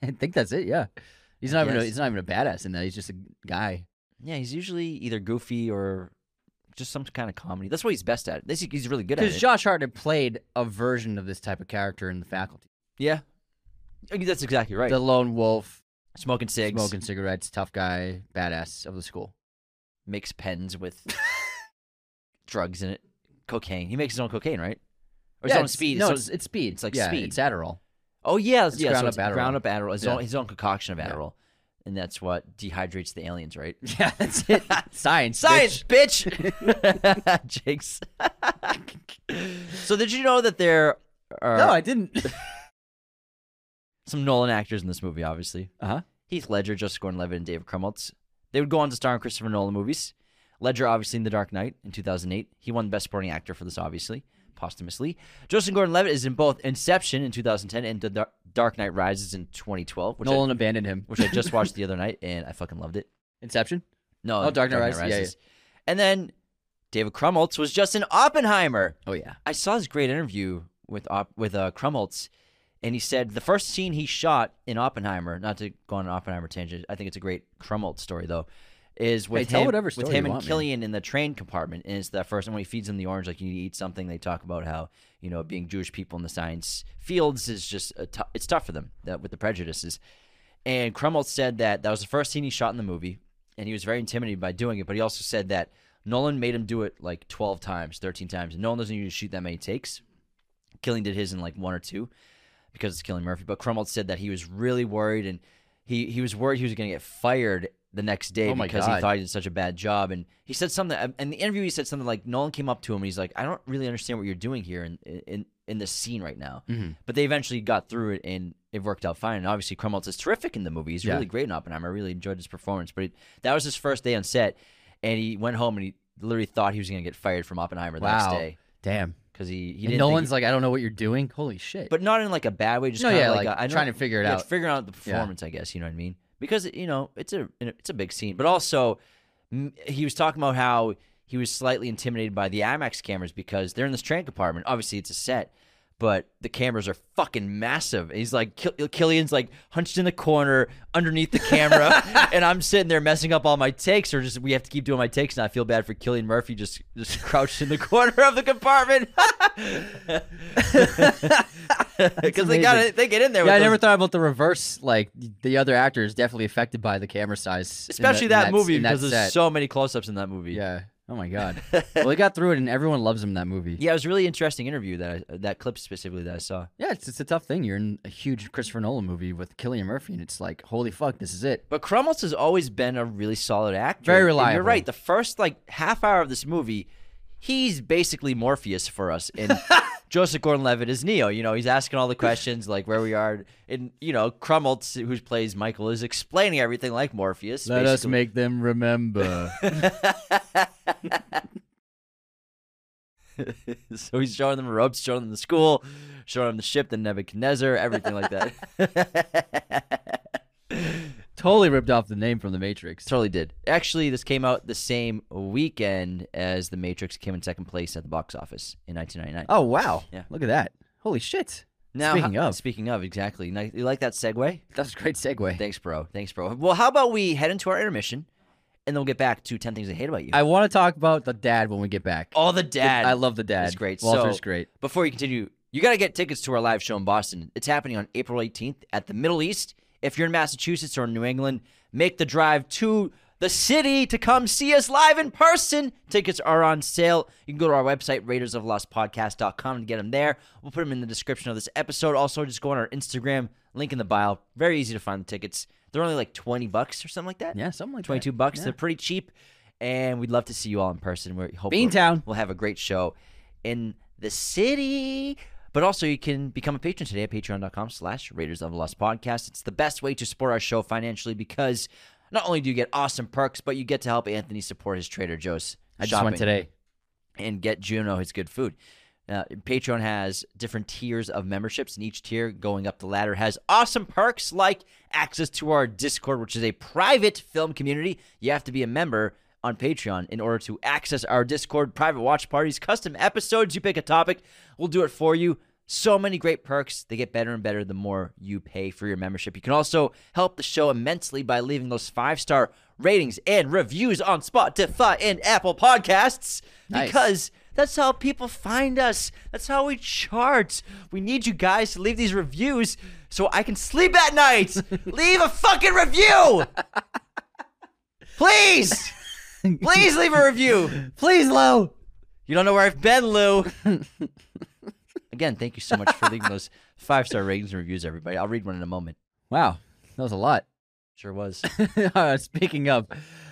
I think that's it. Yeah, he's not even a, Yes. he's not even a badass in that. He's just a guy. Yeah, he's usually either goofy or just some kind of comedy. That's what he's best at. This he's really good at. Because it. Josh Hart had played a version of this type of character in the faculty. yeah, I mean, that's exactly right. The lone wolf, smoking cigs, smoking cigarettes, tough guy, badass of the school. makes pens with *laughs* drugs in it, cocaine. He makes his own cocaine, right? Or his Yeah, own it's- speed. No, so- it's, it's speed. it's like Yeah, speed. It's *laughs* Adderall. oh yeah, it's yeah. ground so up it's ground Adderall. up Adderall. His, Yeah. own, his own concoction of Yeah. Adderall, and that's what dehydrates the aliens, right? Yeah, that's it. *laughs* Science. Science, bitch. *laughs* *laughs* Jinx. so did you know that there are bitch. No, I didn't. some Nolan actors in this movie? Obviously, *laughs* Uh-huh. Heath Ledger, Joseph Gordon-Levitt, and David Krumholtz. They would go on to star in Christopher Nolan movies. Ledger, obviously, in The Dark Knight in 2008. He won Best Supporting Actor for this, obviously, posthumously. Joseph Gordon-Levitt is in both Inception in 2010 and The Dar- Dark Knight Rises in 2012, which, Nolan abandoned him. I, which I just watched the other night and I fucking loved it. Inception. No, Oh, Dark Knight Rises, yeah, And then David Krumholtz was just in Oppenheimer. Oh yeah. I saw this great interview with Op- with uh, Krumholtz, and he said the first scene he shot in Oppenheimer. Not to go on an Oppenheimer tangent, I think it's a great Krumholtz story though. Is with Hey, tell him, whatever with story him you and want, man. Killian in the train compartment, and it's the first. And when he feeds him the orange, like you need to eat something, they talk about how you know being Jewish people in the science fields is just a tou- it's tough for them that, with the prejudices. And Krumholtz said that that was the first scene he shot in the movie, and he was very intimidated by doing it. But he also said that Nolan made him do it like 12 times, 13 times. And Nolan doesn't usually shoot that many takes. Killing did his in like one or two because it's Killing Murphy. But Krumholtz said that he was really worried and he, he was worried he was going to get fired the next day Oh my because he God. thought he did such a bad job. And he said something, um, in the interview, he said something like Nolan came up to him and he's like, I don't really understand what you're doing here in, in, in this scene right now. Mhm. But they eventually got through it and it worked out fine. And obviously, Krumholtz is terrific in the movie. He's Yeah. really great in Oppenheimer. I really enjoyed his performance. But it, that was his first day on set, and he went home and he literally thought he was going to get fired from Oppenheimer the next Wow. day Damn. because he he And didn't. no think- one's like, I don't know what you're doing. Holy shit. but not in like a bad way. Just no, kind yeah, of like, like, a- I know- trying to figure it yeah, out. figuring out the Yeah. performance. I guess you know what I mean because you know it's a it's a big scene, but also m- he was talking about how he was slightly intimidated by the IMAX cameras because they're in this train compartment. Obviously, it's a set, but the cameras are fucking massive. He's like Kill- Killian's like hunched in the corner underneath the *laughs* camera, and I'm sitting there messing up all my takes, or just we have to keep doing my takes, and I feel bad for Killian Murphy just just *laughs* crouched in the corner of the compartment *laughs* because they got amazing. they get in there. yeah, with I never those- thought about the reverse. Like the other actor is definitely affected by the camera size, in especially in that, s- movie in that because there's set. so many close-ups in that movie. yeah. Oh *laughs* my god. well, he got through it, and everyone loves him in that movie. yeah, it was a really interesting interview that I, that clip specifically that I saw. Yeah, it's, it's a tough thing. You're in a huge Christopher Nolan movie with Killian Murphy, and it's like, holy fuck, this is it. But Krumholtz has always been a really solid actor. Very And You're reliable. right. The first like half hour of this movie, he's basically Morpheus for us. *laughs* And Joseph Gordon-Levitt is Neo. You know, he's asking all the questions like where we are, and you know, Krumholtz, who plays Michael, is explaining everything like Morpheus. basically. make them remember. *laughs* so he's showing them ropes, showing them the school, showing them the ship, the Nebuchadnezzar, everything like *laughs* that. *laughs* totally ripped off the name from The Matrix. totally did. Actually, this came out the same weekend as The Matrix came in second place at the box office in 1999. Oh wow! Yeah. look at that. Holy shit! now, speaking ho- of. speaking of, exactly. Ni- You like that segue? That was a great segue. Thanks, bro. Thanks, bro. Well, how about we head into our intermission, and then we'll get back to 10 things I hate about you. I want to talk about the dad when we get back. All the dad. I love the dad. It's great. Walter's So- great. Before we continue, you got to get tickets to our live show in Boston. It's happening on April 18th at the Middle East. If you're in Massachusetts or New England, make the drive to the city to come see us live in person. Tickets are on sale. You can go to our website, raidersoflostpodcast.com, and get them there. We'll put them in the description of this episode. Also, just go on our Instagram, link in the bio. Very easy to find the tickets. They're only like 20 bucks or something like that. Yeah, something like that. 22 bucks. Yeah. They're pretty cheap. And we'd love to see you all in person. We're hoping Beantown. We'll have a great show in the city. But also you can become a patron today at patreon.com slash Raiders of the Lost Podcast. It's the best way to support our show financially because not only do you get awesome perks, but you get to help Anthony support his Trader Joe's. I just shopping went today. and get Juno his good food. Uh, Patreon has different tiers of memberships, and each tier going up the ladder has awesome perks like access to our Discord, which is a private film community. You have to be a member on Patreon in order to access our Discord, private watch parties, custom episodes. You pick a topic, we'll do it for you. So many great perks. They get better and better the more you pay for your membership. You can also help the show immensely by leaving those five star ratings and reviews on Spotify and Apple Podcasts Nice. because that's how people find us. That's how we chart. We need you guys to leave these reviews so I can sleep at *laughs* night. leave a fucking review. Please. Please leave a review. Please, Lou. You don't know where I've been, *laughs* Lou. Again, thank you so much for leaving those five star ratings and reviews, everybody. I'll read one in a moment. Wow, that was a lot. Sure was. *laughs* Uh, Speaking of,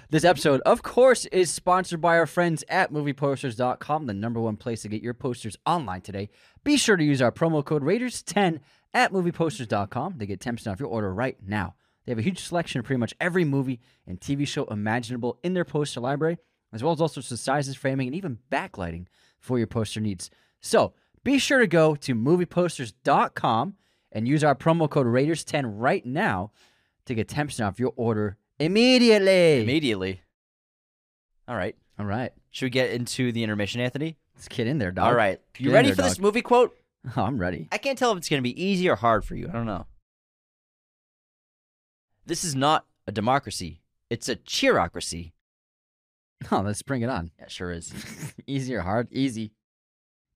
this episode, of course, is sponsored by our friends at movieposters.com, the number one place to get your posters online today. Be sure to use our promo code Raiders10 at movieposters.com to get 10% off your order right now. They have a huge selection of pretty much every movie and TV show imaginable in their poster library, as well as all sorts of sizes, framing, and even backlighting for your poster needs. So be sure to go to movieposters.com and use our promo code Raiders10 right now to get 10% off your order *laughs* immediately. Immediately. All right. All right. Should we get into the intermission, Anthony? Let's get in there, dog. All right. You Get in ready there, for this dog. *laughs* movie quote? Oh, I'm ready. I can't tell if it's going to be easy or hard for you. I don't know. This is not a democracy. It's a cheerocracy. Oh, let's bring it on. *laughs* Yeah, sure is. easy or hard? Easy.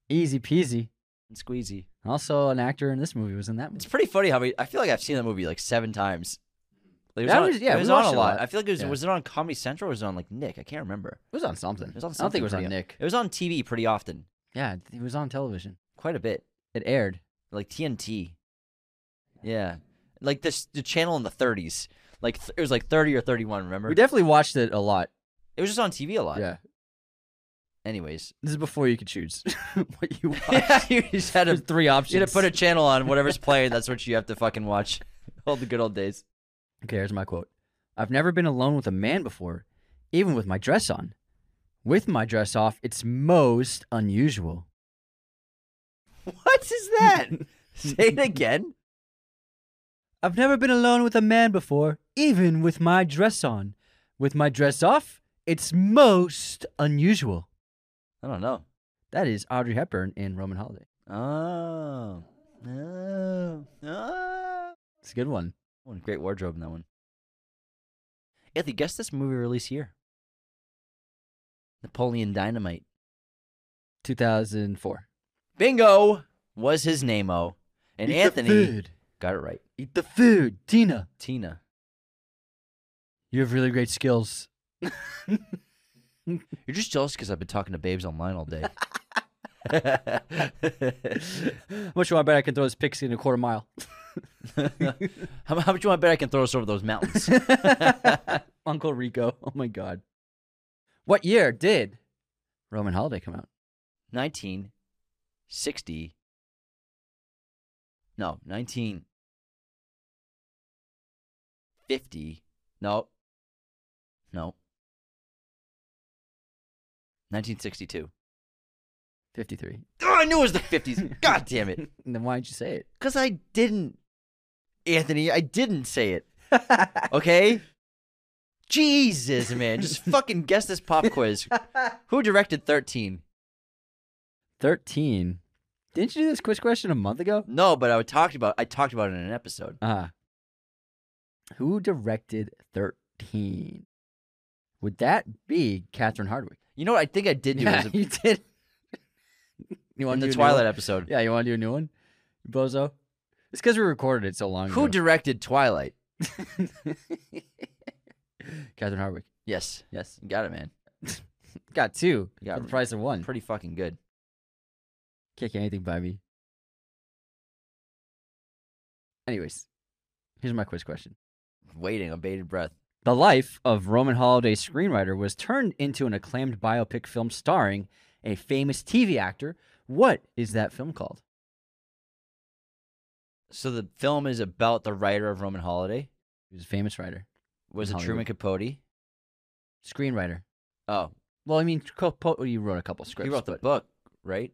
Easy peasy. And squeezy. Also, an actor in this movie was in that It's movie. pretty funny how we, I feel like I've seen that movie like seven times. Like, it That on- was- yeah, it we was on watched a it a lot. lot. I feel like it was Yeah. was it on Comedy Central or was it on like Nick? I can't remember. It was on something. It was on. I don't think it was on something pretty- Nick. It was on TV pretty often, Yeah, it was on television. quite a bit, It aired. like TNT. Yeah, like this the channel in the 30s. Like th- it was like 30 or 31. Remember? We definitely watched it a lot. it was just on TV a lot. Yeah. Anyways, This is before you could choose *laughs* what you watched. yeah, you just had There's to three options. you had to put a channel on whatever's playing. That's what you have to fucking watch. *laughs* All the good old days. Okay, here's my quote. I've never been alone with a man before, even with my dress on. With my dress off, it's most unusual. What is *laughs* that? Say it again. I've never been alone with a man before, even with my dress on. With my dress off, it's most unusual. I don't know. That is Audrey Hepburn in Roman Holiday. Oh, oh, oh. It's a good one. One great wardrobe in that one. Anthony, guess this movie release year. Napoleon Dynamite. 2004. Bingo was his name oh. And Eat the Anthony food. got it right. Eat the food. Tina, Tina. you have really great *laughs* skills. You're just jealous because I've been talking to babes online all day. *laughs* How much do I bet I can throw this pixie in a quarter mile? how, how much do I bet I can throw us over those mountains? *laughs* Uncle Rico. Oh my God. What year did Roman Holiday come out? 1960. No, 1950. No. No. 1962. 53. Oh, I knew it was the 50s. God damn it. And *laughs* then why'd you say it? Because I didn't. Anthony, I didn't say it. *laughs* Okay? Jesus, man. Just fucking guess this pop quiz. Who directed 13? 13. Didn't you do this quiz question a month ago? No, but I talked about I talked about it in an episode. Ah. Who directed 13? Would that be Catherine Hardwick? You know what I think I did do was *laughs* a- you did. you in want the to do a new Twilight one? episode. Yeah, you want to do a new one? Bozo? It's because we recorded it so long Who ago. directed Twilight? *laughs* *laughs* Catherine Hardwick. Yes, Yes. you got it, man. Got two You got for the it. price of one. Pretty fucking good. Kick anything by me. Anyways, here's my quiz question. Waiting on bated breath. The life of Roman Holiday's screenwriter was turned into an acclaimed biopic film starring a famous TV actor. What is that film called? So the film is about the writer of Roman Holiday. He was a famous writer, Was In it Truman Capote? screenwriter. Oh, Well, I mean, Capote, you wrote a couple scripts. he wrote the but book, right?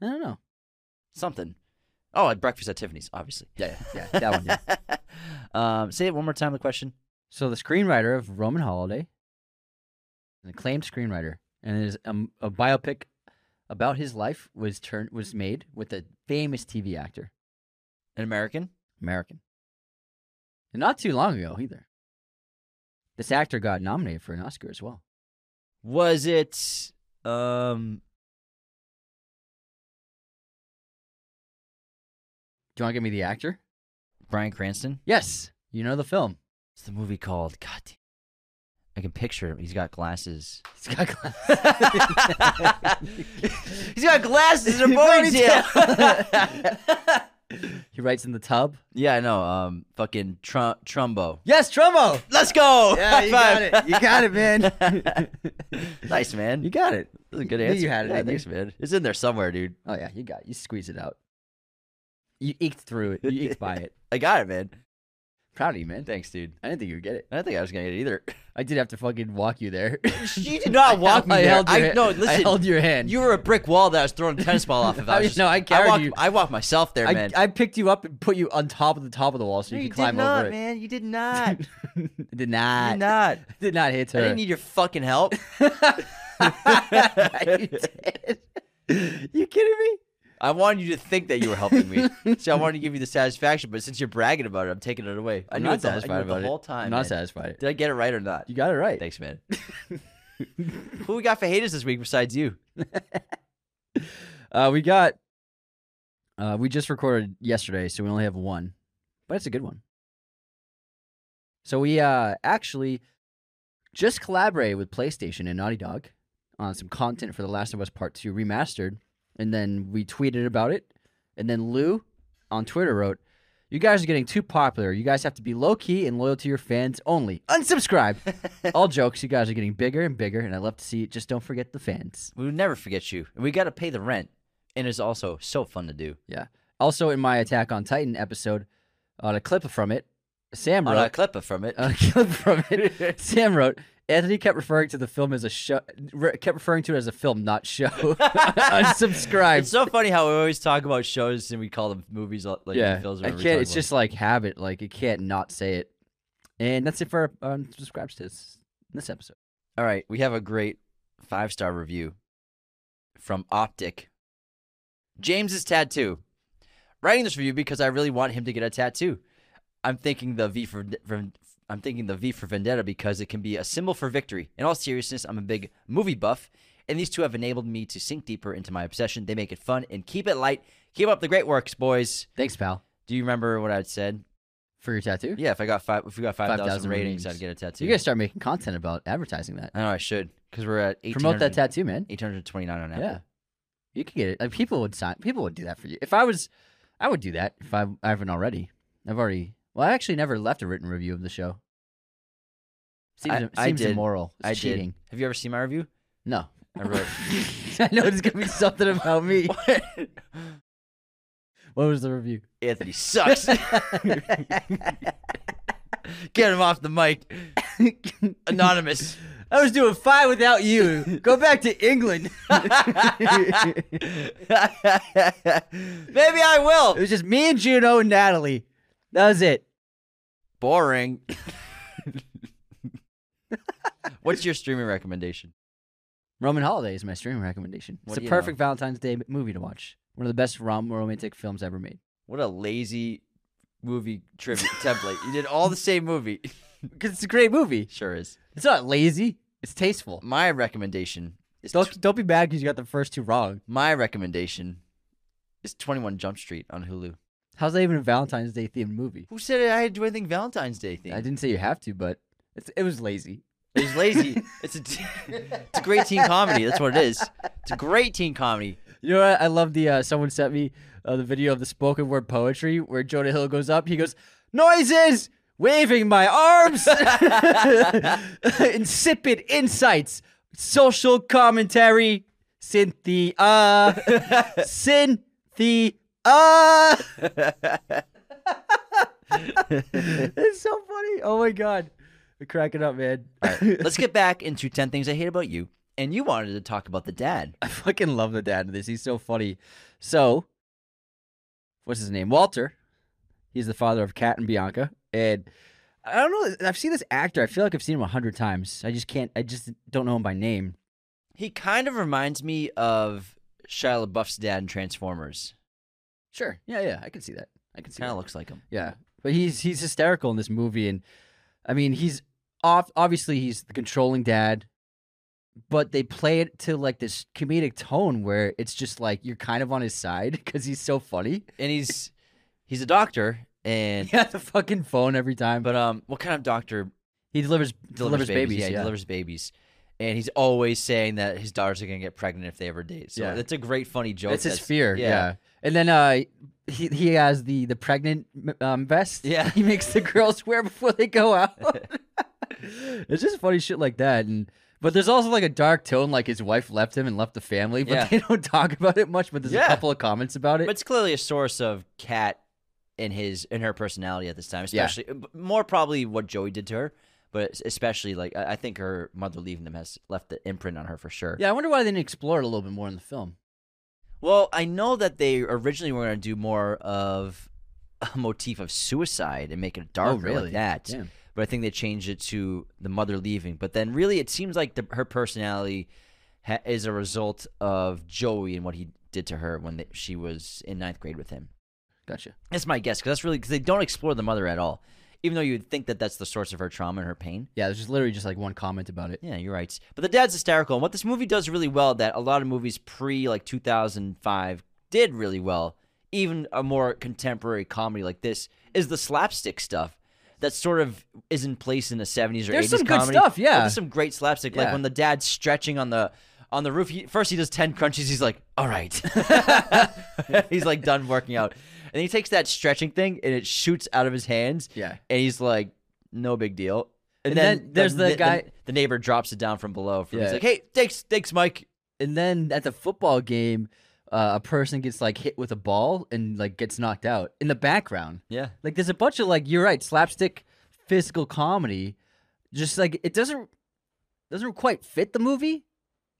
I don't know. Something. Oh, at Breakfast at Tiffany's, obviously. Yeah, yeah, yeah, *laughs* that one. Yeah. um, say it one more time. The question. So the screenwriter of Roman Holiday, an acclaimed screenwriter, and it is um, a biopic about his life was turned was made with a famous TV actor, An American? American, and not too long ago either. This actor got nominated for an Oscar as well. Was it um Do you want to give me the actor? Brian Cranston? Yes, you know the film. *laughs* What's the movie called? God, damn- I can picture him. He's got glasses. He's got gla- *laughs* He's got glasses *laughs* and a ponytail. *laughs* Ponytail. he writes in the tub. yeah, I know. Um, fucking trum- Trumbo. Yes, Trumbo. Let's go. Yeah, you got High it. You got it, *laughs* man. *laughs* five. nice, man. you got it. That was a good Knew you answer. had it Yeah, in you. thanks, man. It's in there somewhere, dude. Oh yeah, you got it. You squeeze it out. You eked through it. You *laughs* eked by it. I got it, man. Proud of you, man. Thanks, dude. I didn't think you would get it. I don't think I was gonna get it either. I did have to fucking walk you there. *laughs* You *laughs* did not walk me I there. held your I- hand- no, I listen, held your hand. You were a brick wall that I was throwing a tennis ball *laughs* off of. I was mean, just- no, I carried walked, you. I walked myself there, I, man. I picked you up and put you on top of the top of the wall so No, you, you could climb did not, over man. You did not. *laughs* it. You *laughs* did not. did not. Did not hit I her. didn't need your fucking help. e *laughs* you *laughs* did. You kidding me? I wanted you to think that you were helping *laughs* me, so I wanted to give you the satisfaction. But since you're bragging about it, I'm taking it away. I I'm knew not it the, I knew satisfied it about the it. whole time. I'm not man. satisfied. Did I get it right or not? You got it *laughs* right. Thanks, man. Who we got for haters this week besides you? Uh, we got. Uh, we just recorded yesterday, so we only have one, but it's a good one. So we uh, actually just collaborated with PlayStation and Naughty Dog on some content for The Last of Us Part Two remastered, and then we tweeted about it, and then Lou on Twitter wrote. You guys are getting too popular. You guys have to be low key and loyal to your fans only. Unsubscribe. All jokes. You guys are getting bigger and bigger, and I love to see it. Just don't forget the fans. We would never forget you. We got to pay the rent, and it's also so fun to do. Yeah. Also, in my Attack on Titan episode, on a clip from it, Sam On a wrote. *laughs* clip from *laughs* it. On a clip from *laughs* it, Sam wrote. Anthony kept referring to the film as a show. Re- kept referring to it as a film, not show. *laughs* Unsubscribe. It's so funny how we always talk about shows and we call them movies like yeah, films. I whatever we can't. talk It's about. just like habit. Like it can't not say it. And that's it for our unsubscribes to this, this episode. all right. We have a great five star review from Optic. James's tattoo. Writing this review because I really want him to get a tattoo. I'm thinking the V for from. I'm thinking the V for Vendetta because it can be a symbol for victory. In all seriousness, I'm a big movie buff, and these two have enabled me to sink deeper into my obsession. They make it fun and keep it light. Keep up the great works, boys. Thanks, pal, Do you remember what I had said? for your tattoo. Yeah, if I got five, if we got five 5,000 thousand ratings, ratings. I'd get a tattoo. You guys start making content about advertising that. I know I should because we're at 1800, Promote that tattoo, man. Eight hundred twenty-nine on Apple. Yeah, you could get it. Like, people would sign. People would do that for you. If I was, I would do that. If I, I haven't already, I've already. Well, I actually never left a written review of the show. Seems, I- seems I did. immoral. It's I did. cheating. Have you ever seen my review? No, I wrote. *laughs* I know it's gonna be something about me. what was the review? *laughs* Anthony sucks. Get him off the mic. *laughs* Anonymous. I was doing fine without you. Go back to England. *laughs* it Maybe I will. *laughs* was just me and Juno and Natalie. That was it. Boring. *laughs* What's your streaming recommendation? Roman Holiday is my streaming recommendation. What it's do the you know? perfect Valentine's Day movie to watch. One of the best rom- romantic films ever made. What a lazy movie *laughs* trivia template. You did all the same movie. *laughs* Because it's a great movie. Sure is. It's not lazy. It's tasteful. My recommendation is Don't don't be mad because you got the first two wrong. my recommendation is 21 Jump Street on Hulu. How's that even a Valentine's Day themed movie? Who said I had to do anything Valentine's Day thing? I didn't say you have to, but it's, it was lazy. It was lazy. it's a t- *laughs* it's a great teen comedy. That's what it is. It's a great teen comedy. You know what? I love the uh, someone sent me uh, the video of the spoken word poetry where Jonah Hill goes up. He goes noises, waving my arms, *laughs* insipid insights, social commentary, Cynthia, Cynthia. *laughs* it's so funny. Oh my god, we're cracking up, man. Let's get back into 10 things I hate about you. And you wanted to talk about the dad. I fucking love the dad in this. He's so funny. So, what's his name? Walter. He's the father of Kat and Bianca. And I don't know. I've seen this actor. I feel like I've seen him a hundred times. I just can't. I just don't know him by name. He kind of reminds me of Shia LaBeouf's dad in Transformers. Sure. Yeah, yeah. I can see that. I can see Kind that. of looks like him. Yeah, but he's he's hysterical in this movie, and I mean he's off. Obviously, he's the controlling dad, but they play it to like this comedic tone where it's just like you're kind of on his side *laughs* because he's so funny. And he's he's a doctor and He has the fucking phone every time, but but um what kind of doctor he delivers delivers, babies. Yeah, yeah, he delivers babies. And he's always saying that his daughters are gonna get pregnant if they ever date. So Yeah. that's a great funny joke. it's his that's- fear. Yeah. and then uh, he he has the the pregnant um, vest. Yeah. *laughs* he makes the girls wear before they go out. *laughs* it's just funny shit like that, and but there's also like a dark tone, like his wife left him and left the family, but Yeah. *laughs* they don't talk about it much. But there's a Yeah. couple of comments about it. But it's clearly a source of cat in his in her personality at this time, Yeah. especially uh, b- more probably what Joey did to her, but es- especially like I I think her mother leaving them has left the imprint on her for sure. yeah, I wonder why they didn't explore it a little bit more in the film. Well, I know that they originally were going to do more of a *laughs* motif of suicide and make it darker Oh, really? like that. Damn. But I think they changed it to the mother leaving. But then really it seems like the, her personality ha- is a result of Joey and what he did to her when the, she was in ninth grade with him. Gotcha. That's my guess because that's really because they don't explore the mother at all, even though you would think that that's the source of her trauma and her pain. Yeah, there's just literally just like one comment about it. Yeah, you're right. But the dad's hysterical, and what this movie does really well that a lot of movies pre like 2005 did really well, even a more contemporary comedy like this is the slapstick stuff that sort of is in place in the 70s or There's 80s some good comedy. stuff, yeah. But there's some great slapstick, like Yeah. when the dad's stretching on the on the roof. He, first, he does ten crunches. He's like, "All right," *laughs* he's like done working out, and he takes that stretching thing and it shoots out of his hands. Yeah. and he's like, "No big deal." And then there's the ne- guy- the neighbor drops it down from below. From, Yeah. He's like, "Hey, thanks, thanks, Mike." And then at the football game, uh, a person gets like hit with a ball and like gets knocked out in the background. Yeah, Like there's a bunch of like you're right, slapstick physical comedy. Just like it doesn't doesn't quite fit the movie,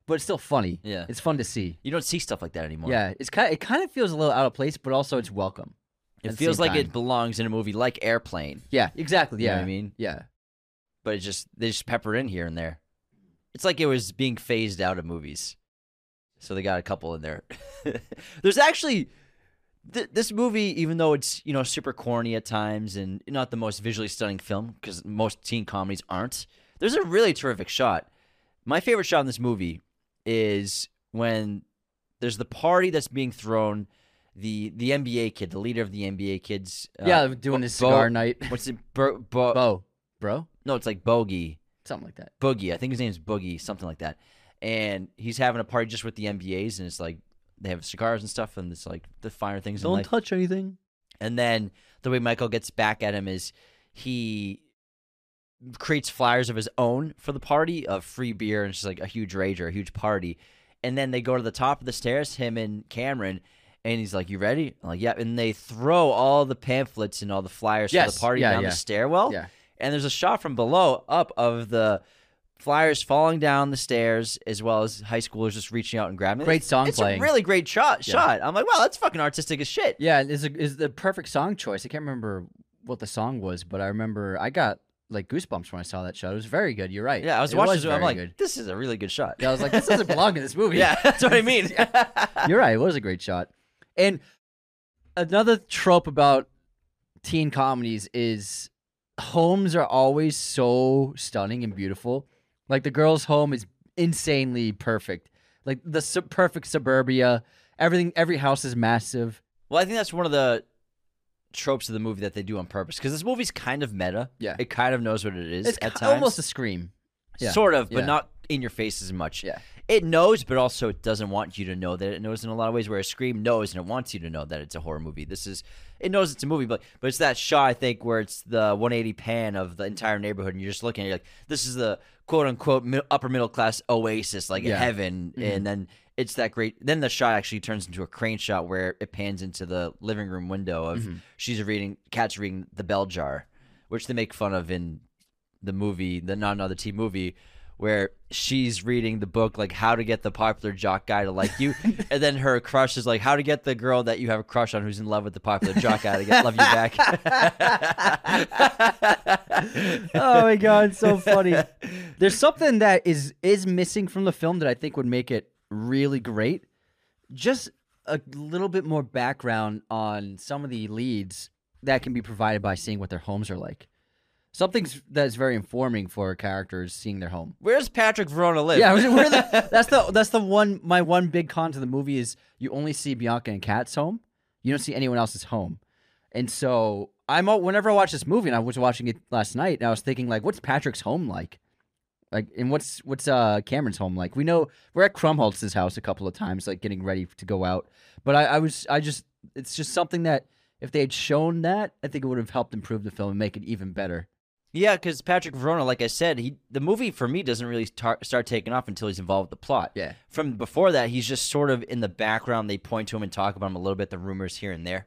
but it's still funny. Yeah. It's fun to see. you don't see stuff like that anymore. Yeah. It's kind it kind of feels a little out of place, but also it's welcome. it at the feels same like it time. belongs in a movie like Airplane, Yeah, exactly. You know Yeah. what I mean? Yeah. but it just they just pepper in here and there. It's like it was being phased out of movies, so they got a couple in there. *laughs* There's actually. Th- this movie, even though it's you know super corny at times and not the most visually stunning film, because most teen comedies aren't, there's a really terrific shot. My favorite shot in this movie is when there's the party that's being thrown. The the NBA kid, the leader of the NBA kids, uh, yeah, doing his cigar night. What's it? Bo- Bo- Bo, bro. no, it's like bogey. Something like that. Boogie. I think his name's Boogie, something like that. And he's having a party just with the MBAs, and it's like they have cigars and stuff, and it's like the finer things. in life. touch anything. and then the way Michael gets back at him is he creates flyers of his own for the party of free beer, and it's just like a huge rage or a huge party. And then they go to the top of the stairs, him and Cameron. And he's like, "You ready?" I'm like, "Yeah." And they throw all the pamphlets and all the flyers for Yes, the party yeah, down yeah. the stairwell Yeah. and there's a shot from below up of the flyers falling down the stairs as well as high schoolers just reaching out and grabbing it. Great It's- song it's playing. a really great shot Yeah. shot i'm like wow that's fucking artistic as shit Yeah, and it's a, it's the perfect song choice. I can't remember what the song was, but I remember I got like goosebumps when I saw that shot. It was very good. You're right. yeah i was It watching this i'm very like good. this is a really good shot Yeah, I was like, this doesn't belong in this *laughs* movie. yeah that's what i mean *laughs* You're right. It was a great shot. And another trope about teen comedies is homes are always so stunning and beautiful. Like the girl's home is insanely perfect. Like the sub- perfect suburbia. Everything, every house is massive. *laughs* well i think that's one of the tropes of the movie that they do on purpose because this movie's kind of meta Yeah. it kind of knows what it is It's at ki- times almost a scream. yeah. sort of but Yeah. not in your face as much Yeah. it knows but also it doesn't want you to know that it knows in a lot of ways where a scream knows and it wants you to know that it's a horror movie this is it knows it's a movie but but it's that shot i think where it's the 180 pan of the entire neighborhood and you're just looking at it like this is the quote unquote mi- upper middle class oasis like Yeah. Mm-hmm. heaven and then it's that great then the shot actually turns into a crane shot where it pans into the living room window of Mm-hmm. she's reading cat's reading the bell jar which they make fun of in the movie, the not another T movie, where she's reading the book like how to get the popular jock guy to like you, and then her crush is like how to get the girl that you have a crush on who's in love with the popular jock guy to get, love you back. oh my god, so funny. There's something that is is missing from the film that I think would make it really great. Just a little bit more background on some of the leads that can be provided by seeing what their homes are like. Something that's very informing for characters seeing their home. Where's Patrick Verona live? Yeah, we're- we're *laughs* the- that's the that's the one. My one big con to the movie is you only see Bianca and Kat's home. You don't see anyone else's home, and so I'm all, whenever I watch this movie, and I was watching it last night, and I was thinking like, what's Patrick's home like? Like, and what's what's uh Cameron's home like? We know we're at Krumholtz's house a couple of times, like getting ready to go out. But I, I was I just it's just something that if they had shown that, I think it would have helped improve the film and make it even better. Yeah, because Patrick Verona, like I said, he the movie for me doesn't really tar- start taking off until he's involved with the plot. Yeah. From before that, he's just sort of in the background. They point to him and talk about him a little bit, the rumors here and there.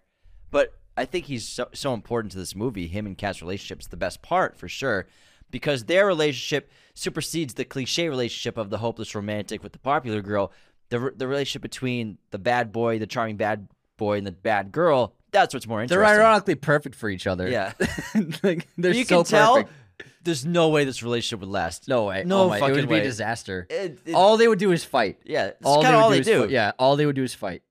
But I think he's so, so important to this movie. Him and Kat's relationship's the best part for sure, because their relationship supersedes the cliche relationship of the hopeless romantic with the popular girl. The re- the relationship between the bad boy, the charming bad boy, and the bad girl. That's what's more They're interesting. ironically perfect for each other. Yeah. *laughs* like they're you so can tell perfect. there's no way this relationship would last. No way. No oh my. fucking It would be way. a disaster. It- it- all they would do is fight. yeah, that's all kind would of all they is do. fight. Yeah, all they would do is fight.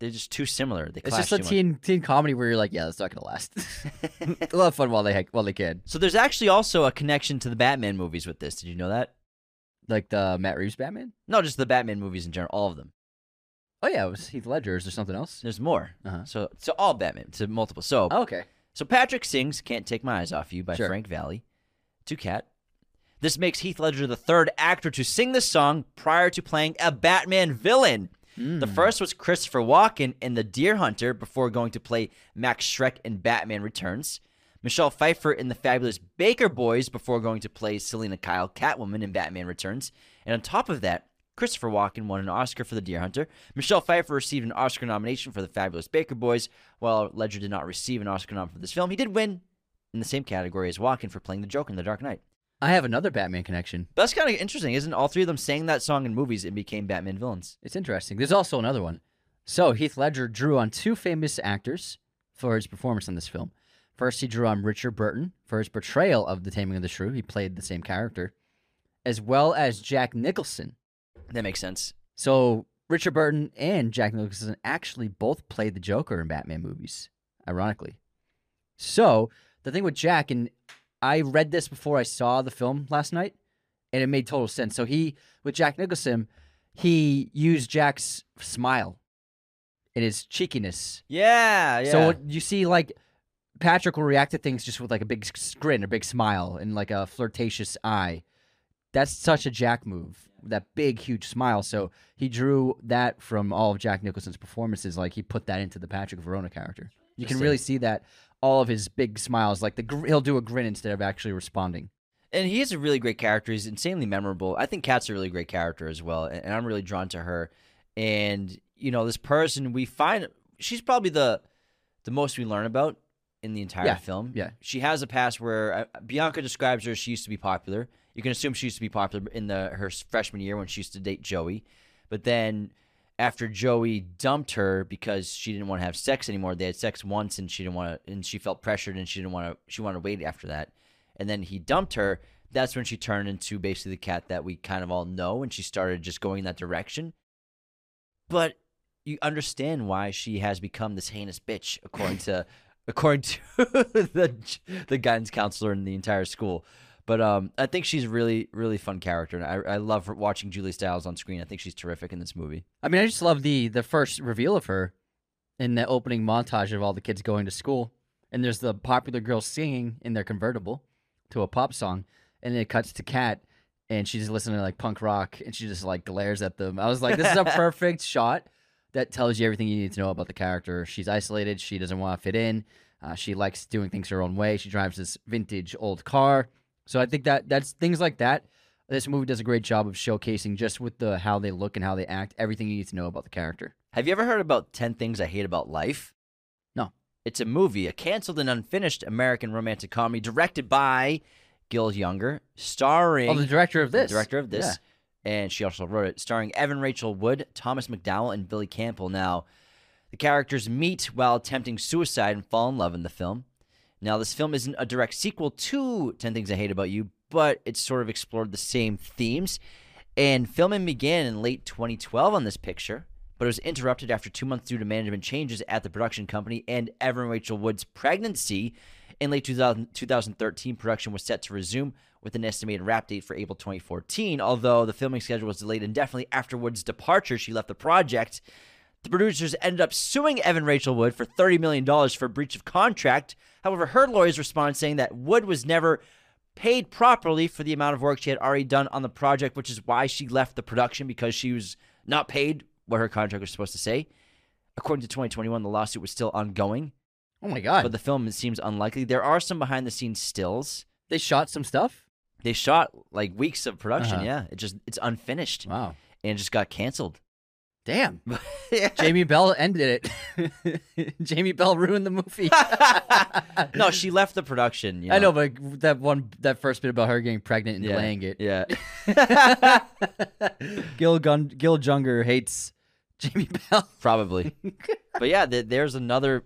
They're just too similar. They It's clash just a too much. teen teen comedy where you're like, yeah, that's not gonna *laughs* last. a lot of fun while they heck, while they can. So there's actually also a connection to the Batman movies with this. Did you know that? Like the Matt Reeves Batman. No, just the Batman movies in general, all of them. Oh yeah, it was Heath Ledger. Is there something else? There's more. Uh-huh. So so all Batman, to multiple. So Oh, okay. so Patrick sings "Can't Take My Eyes Off You" by Sure. Frank Valley to Cat. This makes Heath Ledger the third actor to sing this song prior to playing a Batman villain. The first was Christopher Walken in The Deer Hunter before going to play Max Schreck in Batman Returns. Michelle Pfeiffer in The Fabulous Baker Boys before going to play Selena Kyle Catwoman in Batman Returns. And on top of that, Christopher Walken won an Oscar for The Deer Hunter. Michelle Pfeiffer received an Oscar nomination for The Fabulous Baker Boys, while Ledger did not receive an Oscar nom for this film. He did win in the same category as Walken for playing the Joker in The Dark Knight. I have another Batman connection. But that's kind of interesting, isn't it? all three of them sang that song in movies and became Batman villains? It's interesting. There's also another one. So Heath Ledger drew on two famous actors for his performance in this film. First, he drew on Richard Burton for his portrayal of The Taming of the Shrew. He played the same character, as well as Jack Nicholson. That makes sense. So Richard Burton and Jack Nicholson actually both played the Joker in Batman movies, ironically. So the thing with Jack, and I read this before I saw the film last night, and it made total sense. So he, with Jack Nicholson, he used Jack's smile and his cheekiness. Yeah, yeah. So you see, like, Patrick will react to things just with like a big s- grin, a big smile, and like a flirtatious eye. That's such a Jack move. That big, huge smile. So he drew that from all of Jack Nicholson's performances. Like he put that into the Patrick Verona character. You can really see that all of his big smiles. Like the gr- he'll do a grin instead of actually responding. and he is a really great character. He's insanely memorable. I think Kat's a really great character as well, and, and I'm really drawn to her. And you know, this person we find she's probably the the most we learn about in the entire Yeah, film. yeah. she has a past where uh, Bianca describes her. as She used to be popular. You can assume she used to be popular in the her freshman year when she used to date Joey, but then. After Joey dumped her because she didn't want to have sex anymore, they had sex once and she didn't want to, and she felt pressured and she didn't want to. She wanted to wait after that and then he dumped her, that's when she turned into basically the cat that we kind of all know, and she started just going in that direction. But you understand why she has become this heinous bitch, according to *clears throat* according to *laughs* the the guidance counselor in the entire school. But um, I think she's a really really fun character, and I I love her- watching Julie Stiles on screen. I think she's terrific in this movie. I mean, I just love the the first reveal of her in the opening montage of all the kids going to school, and there's the popular girl singing in their convertible to a pop song, and then it cuts to Kat, and she's listening to like punk rock, and she just like glares at them. I was like, this is a perfect shot that tells you everything you need to know about the character. She's isolated. She doesn't want to fit in. Uh, she likes doing things her own way. She drives this vintage old car. So I think that that's things like that. This movie does a great job of showcasing just with the how they look and how they act, everything you need to know about the character. Have you ever heard about 10 Things I Hate About Life? No. It's a movie, a canceled and unfinished American romantic comedy directed by Gil Younger, starring Oh, the director of the this. director of this, Yeah. and she also wrote it, starring Evan Rachel Wood, Thomas McDowell, and Billy Campbell. Now, the characters meet while attempting suicide and fall in love in the film. Now, this film isn't a direct sequel to 10 Things I Hate About You, but it sort of explored the same themes. And filming began in late 2012 on this picture, but it was interrupted after two months due to management changes at the production company and Evan Rachel Wood's pregnancy. In late 2000, 2013, production was set to resume with an estimated wrap date for April 2014. Although the filming schedule was delayed indefinitely after Wood's departure, she left the project. The producers ended up suing Evan Rachel Wood for $30 million for breach of contract. However, her lawyers responded saying that Wood was never paid properly for the amount of work she had already done on the project, which is why she left the production because she was not paid what her contract was supposed to say. According to 2021, the lawsuit was still ongoing, Oh my god. but the film seems unlikely. There are some behind the scenes stills. they shot some stuff? They shot like weeks of production, Uh-huh. yeah. It just it's unfinished Wow. and it just got *laughs* canceled. *laughs* Damn. yeah. Jamie Bell ended it. *laughs* Jamie Bell ruined *laughs* the movie. No, she left the production. you I know, but that one, that first bit about her getting pregnant and yeah. delaying it. Yeah. *laughs* Gil Gun Gil Junger hates Jamie Bell. *laughs* Probably. but yeah, th- there's another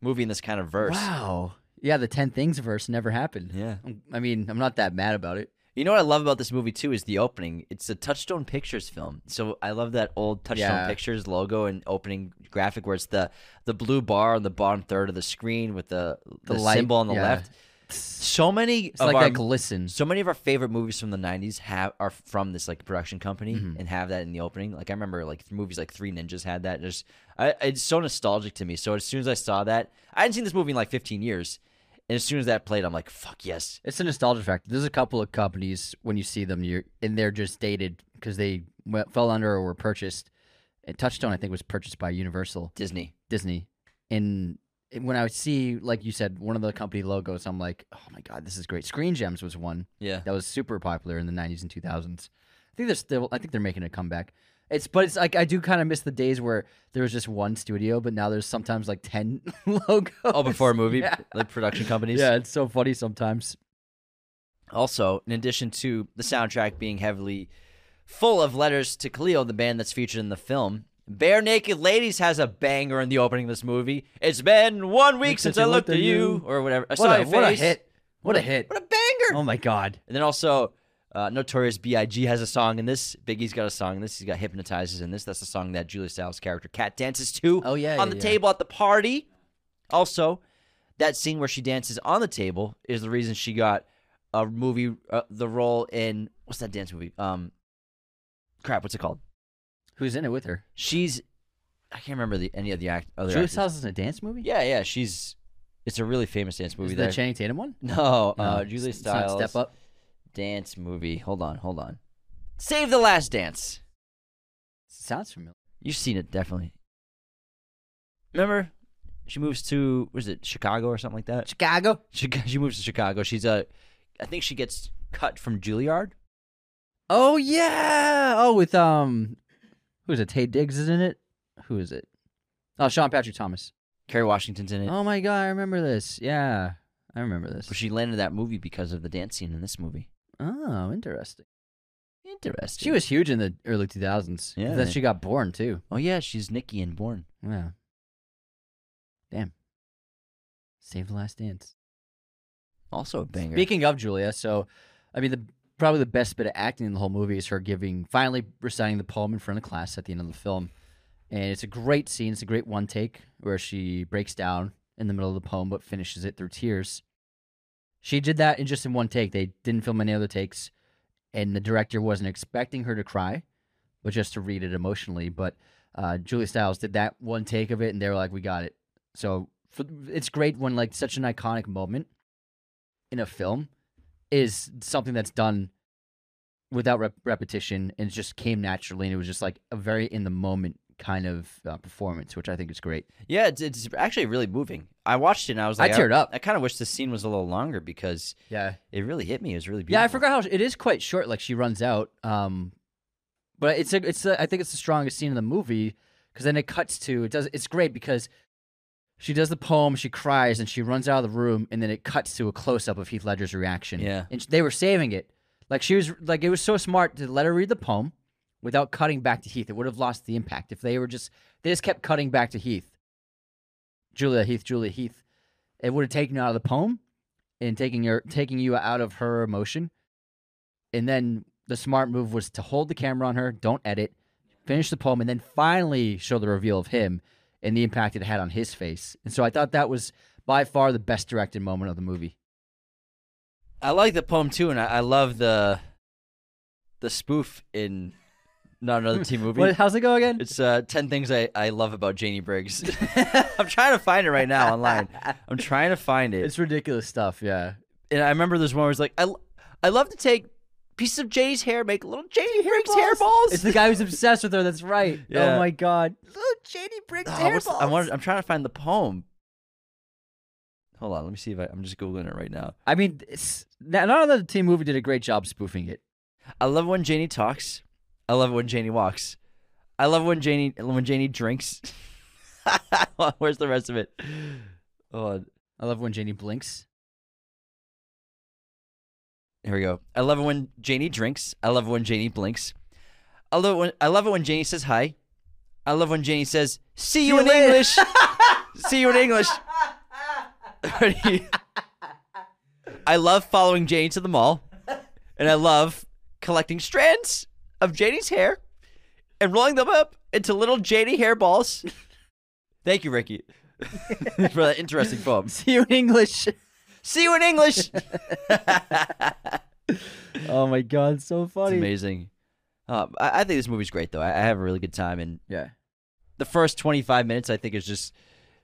movie in this kind of verse. *laughs* Wow. Yeah, the Ten Things verse never happened. Yeah. Um, I mean, I'm not that mad about it. You know what I love about this movie too is the opening. It's a Touchstone Pictures film, so I love that old Touchstone Yeah. Pictures logo and opening graphic where it's the the blue bar on the bottom third of the screen with the the, light, symbol on the yeah. left. *laughs* It's So many of like our that glistens. so many of our favorite movies from the '90s have are from this like production company Mm-hmm. and have that in the opening. Like I remember like th- movies like Three Ninjas had that. Just I, it's so nostalgic to me. So as soon as I saw that, I hadn't seen this movie in like 15 years, and as soon as that played, I'm like, fuck yes. It's a nostalgia factor. There's a couple of companies when you see them, you're and they're just dated because they went, fell under or were purchased. And Touchstone, I think, was purchased by Universal Disney. Disney. And when I would see, like you said, one of the company logos, I'm like, oh my god, this is great. Screen Gems was one. Yeah. that was super popular in the 90s and 2000s. I think they're still. I think they're making a comeback. It's but it's like I do kind of miss the days where there was just one studio, but now there's sometimes like ten *laughs* logos. Oh, before a movie, *laughs* Yeah. like production companies. yeah, it's so funny sometimes. Also, in addition to the soundtrack being heavily full of letters to Khalil, the band that's featured in the film, Bare Naked Ladies has a banger in the opening of this movie. It's been one week since I looked at you, or whatever. I saw What a, your face. what a hit! What a hit! What a banger! Oh my god! And then also, uh, Notorious B.I.G. has a song in this. Biggie's got a song in this. He's got Hypnotizes in this. That's the song that Julia Stiles' character Cat dances to Oh, yeah, on yeah, the yeah. table at the party. Also, that scene where she dances on the table is the reason she got a movie, uh, the role in what's that dance movie? Um, crap, what's it called? Who's in it with her? She's I can't remember the any of the act. Other Julia actors. Stiles is in a dance movie. Yeah, yeah, she's. It's a really famous dance movie. is there. the Channing Tatum one? no, No, uh, Julia it's not Stiles Step up. dance movie. Hold on, hold on. Save the Last Dance. Sounds familiar. You've seen it definitely. Remember, she moves to was it Chicago or something like that? *laughs* Chicago. She, she moves to Chicago. She's a, I think she gets cut from Juilliard. Oh yeah. Oh, with um, who is it? Tay Diggs is in it. Who is it? Oh, Sean Patrick Thomas. Kerry Washington's in it, Oh my god, I remember this. Yeah, I remember this. but she landed that movie because of the dance scene in this movie. Oh, interesting. Interesting. She was huge in the early 2000s. Yeah. Then she got born too. Oh yeah, she's Nikki and Born. Yeah. Damn. Save the last dance. Also a banger. Speaking of Julia, so I mean the probably the best bit of acting in the whole movie is her giving finally reciting the poem in front of class at the end of the film. And it's a great scene, it's a great one take where she breaks down in the middle of the poem but finishes it through tears. She did that in just in one take. They didn't film any other takes and the director wasn't expecting her to cry, but just to read it emotionally, but uh, Julia Stiles did that one take of it and they were like we got it. So for, it's great when like such an iconic moment in a film is something that's done without rep- repetition and it just came naturally and it was just like a very in the moment kind of uh, performance which i think is great yeah, it's, it's actually really moving. I watched it and I was I like, teared up. I kind of wish the scene was a little longer because yeah it really hit me. It was really beautiful. yeah i forgot how it is quite short like she runs out um but it's a, it's a, i think it's the strongest scene in the movie because then it cuts to it does it's great because she does the poem she cries and she runs out of the room and then it cuts to a close-up of heath ledger's reaction Yeah. and sh- they were saving it like she was like it was so smart to let her read the poem without cutting back to heath it would have lost the impact if they were just they just kept cutting back to heath julia heath julia heath it would have taken her out of the poem and taking her taking you out of her emotion And then the smart move was to hold the camera on her, don't edit, finish the poem, and then finally show the reveal of him and the impact it had on his face. And so I thought that was by far the best directed moment of the movie. I like the poem too, and I, I love the the spoof in not another teen movie. What, how's it go again? It's uh, 10 things I, I love about Janie Briggs. *laughs* I'm trying to find it right now online. I'm trying to find it. *laughs* It's ridiculous stuff, yeah. and I remember there's one where it's like, I, l- I love to take pieces of Janie's hair, make little Janie Briggs hairballs. *laughs* It's the guy who's obsessed with her, that's right. Yeah. Oh my god. little Janie Briggs hairballs. Oh, I wanted, I'm trying to find the poem. Hold on, let me see if I, I'm just Googling it right now. I mean, it's, not another teen movie did a great job spoofing it. I love when Janie talks. I love when Janie walks. I love when Janie when Janie drinks. *laughs* Where's the rest of it? Hold on. I love when Janie blinks. *laughs* Here we go. I love it when Janie drinks. I love it when Janie blinks. I love it when I love it when Janie says hi. I love when Janie says, "See you in *laughs* later." English." See you in English. I love following Janie to the mall, and I love collecting strands of Janie's hair and rolling them up into little Janie hairballs. Thank you, Ricky, *laughs* for that interesting poem. See you in *laughs* English. See you in English. Oh my god, so It's funny. amazing. Uh, I, I think this movie's great, though. I, I have a really good time, and Yeah. the first 25 minutes, I think, is just.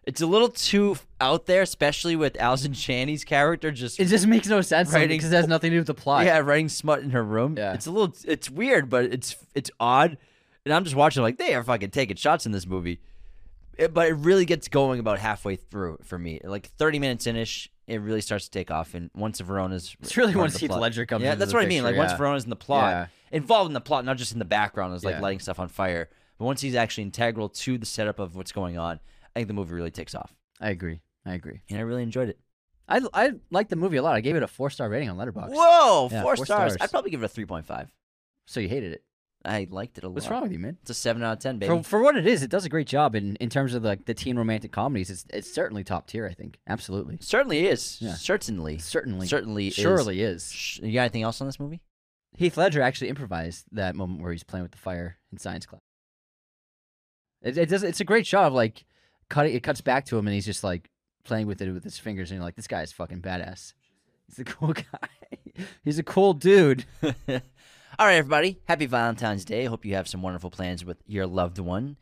It's a little too out there, especially with Alison Chaney's character just It just makes no sense to me Writing- because it has nothing to do with the plot. yeah writing smut in her room. Yeah. it's a little it's weird, but it's it's odd, and I'm just watching like they are fucking taking shots in this movie, It- but it really gets going about halfway through for me, like 30 minutes in ish. It really starts to take off, and once Verona's *laughs* It's really part of once the Heath plot- Ledger comes yeah, into that's the what I mean. Like picture, once yeah. Verona's in the plot, Yeah. involved in the plot, not just in the background, is like Yeah. lighting stuff on fire. But once he's actually integral to the setup of what's going on, I think the movie really takes off, I agree. I agree. and I really enjoyed it. I I like the movie a lot. I gave it a four star rating on Letterboxd. Whoa, Yeah, four, four stars. stars. I'd probably give it a three point five. So you hated it. I liked it a lot. What's wrong with you, man? It's a seven out of ten, baby. For, for what it is, it does a great job in, in terms of like the teen romantic comedies. It's it's certainly top tier. I think absolutely, certainly is. Yeah. Certainly. certainly, Certainly. is. surely is. Sh- You got anything else on this movie? Heath Ledger actually improvised that moment where he's playing with the fire in science class. It, it does. It's a great shot of like cutting. It cuts back to him, and he's just like playing with it with his fingers, and you're like, this guy is fucking badass. He's a cool *laughs* guy. he's a cool dude. *laughs* All right, everybody. Happy Valentine's Day. Hope you have some wonderful plans with your loved one.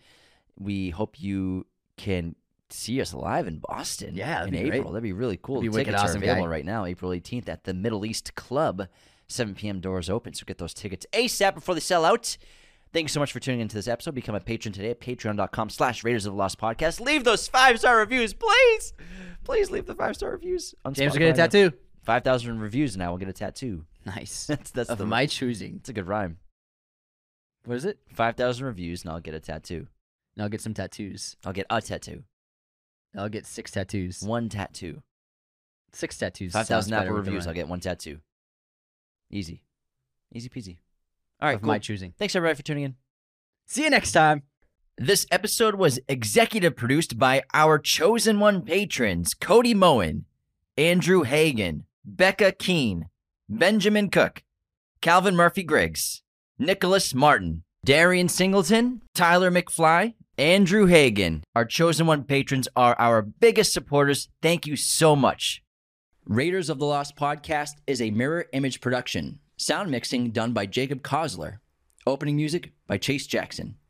We hope you can see us live in Boston. Yeah, that'd in be great. April. That'd be really cool. That'd be the wicked tickets awesome, are available guy. right now, April 18th at the Middle East Club. 7 p.m. doors open, so get those tickets ASAP before they sell out. Thank you so much for tuning into this episode. Become a patron today at patreon.com slash Raiders of the Lost Podcast. Leave those five-star reviews, please. Please leave the five-star reviews. On Spotify James will get a now. tattoo. 5,000 reviews, and I will get a tattoo. *laughs* Nice. That's, that's of the, my choosing. It's a good rhyme. What is it? 5,000 reviews and I'll get a tattoo. And I'll get some tattoos. I'll get a tattoo. I'll get six tattoos. One tattoo. Six tattoos. 5,000 sounds Apple better with the reviews, I'll rhyme. get one tattoo. Easy. Easy peasy. All right, of cool. my choosing. Thanks everybody for tuning in. See you next time. This episode was executive produced by our chosen one patrons Cody Moen, Andrew Hagan, Becca Keene, Benjamin Cook, Calvin Murphy Griggs, Nicholas Martin, Darian Singleton, Tyler McFly, Andrew Hagan. Our chosen one patrons are our biggest supporters. Thank you so much. Raiders of the Lost podcast is a mirror image production. Sound mixing done by Jacob Kosler. Opening music by Chase Jackson.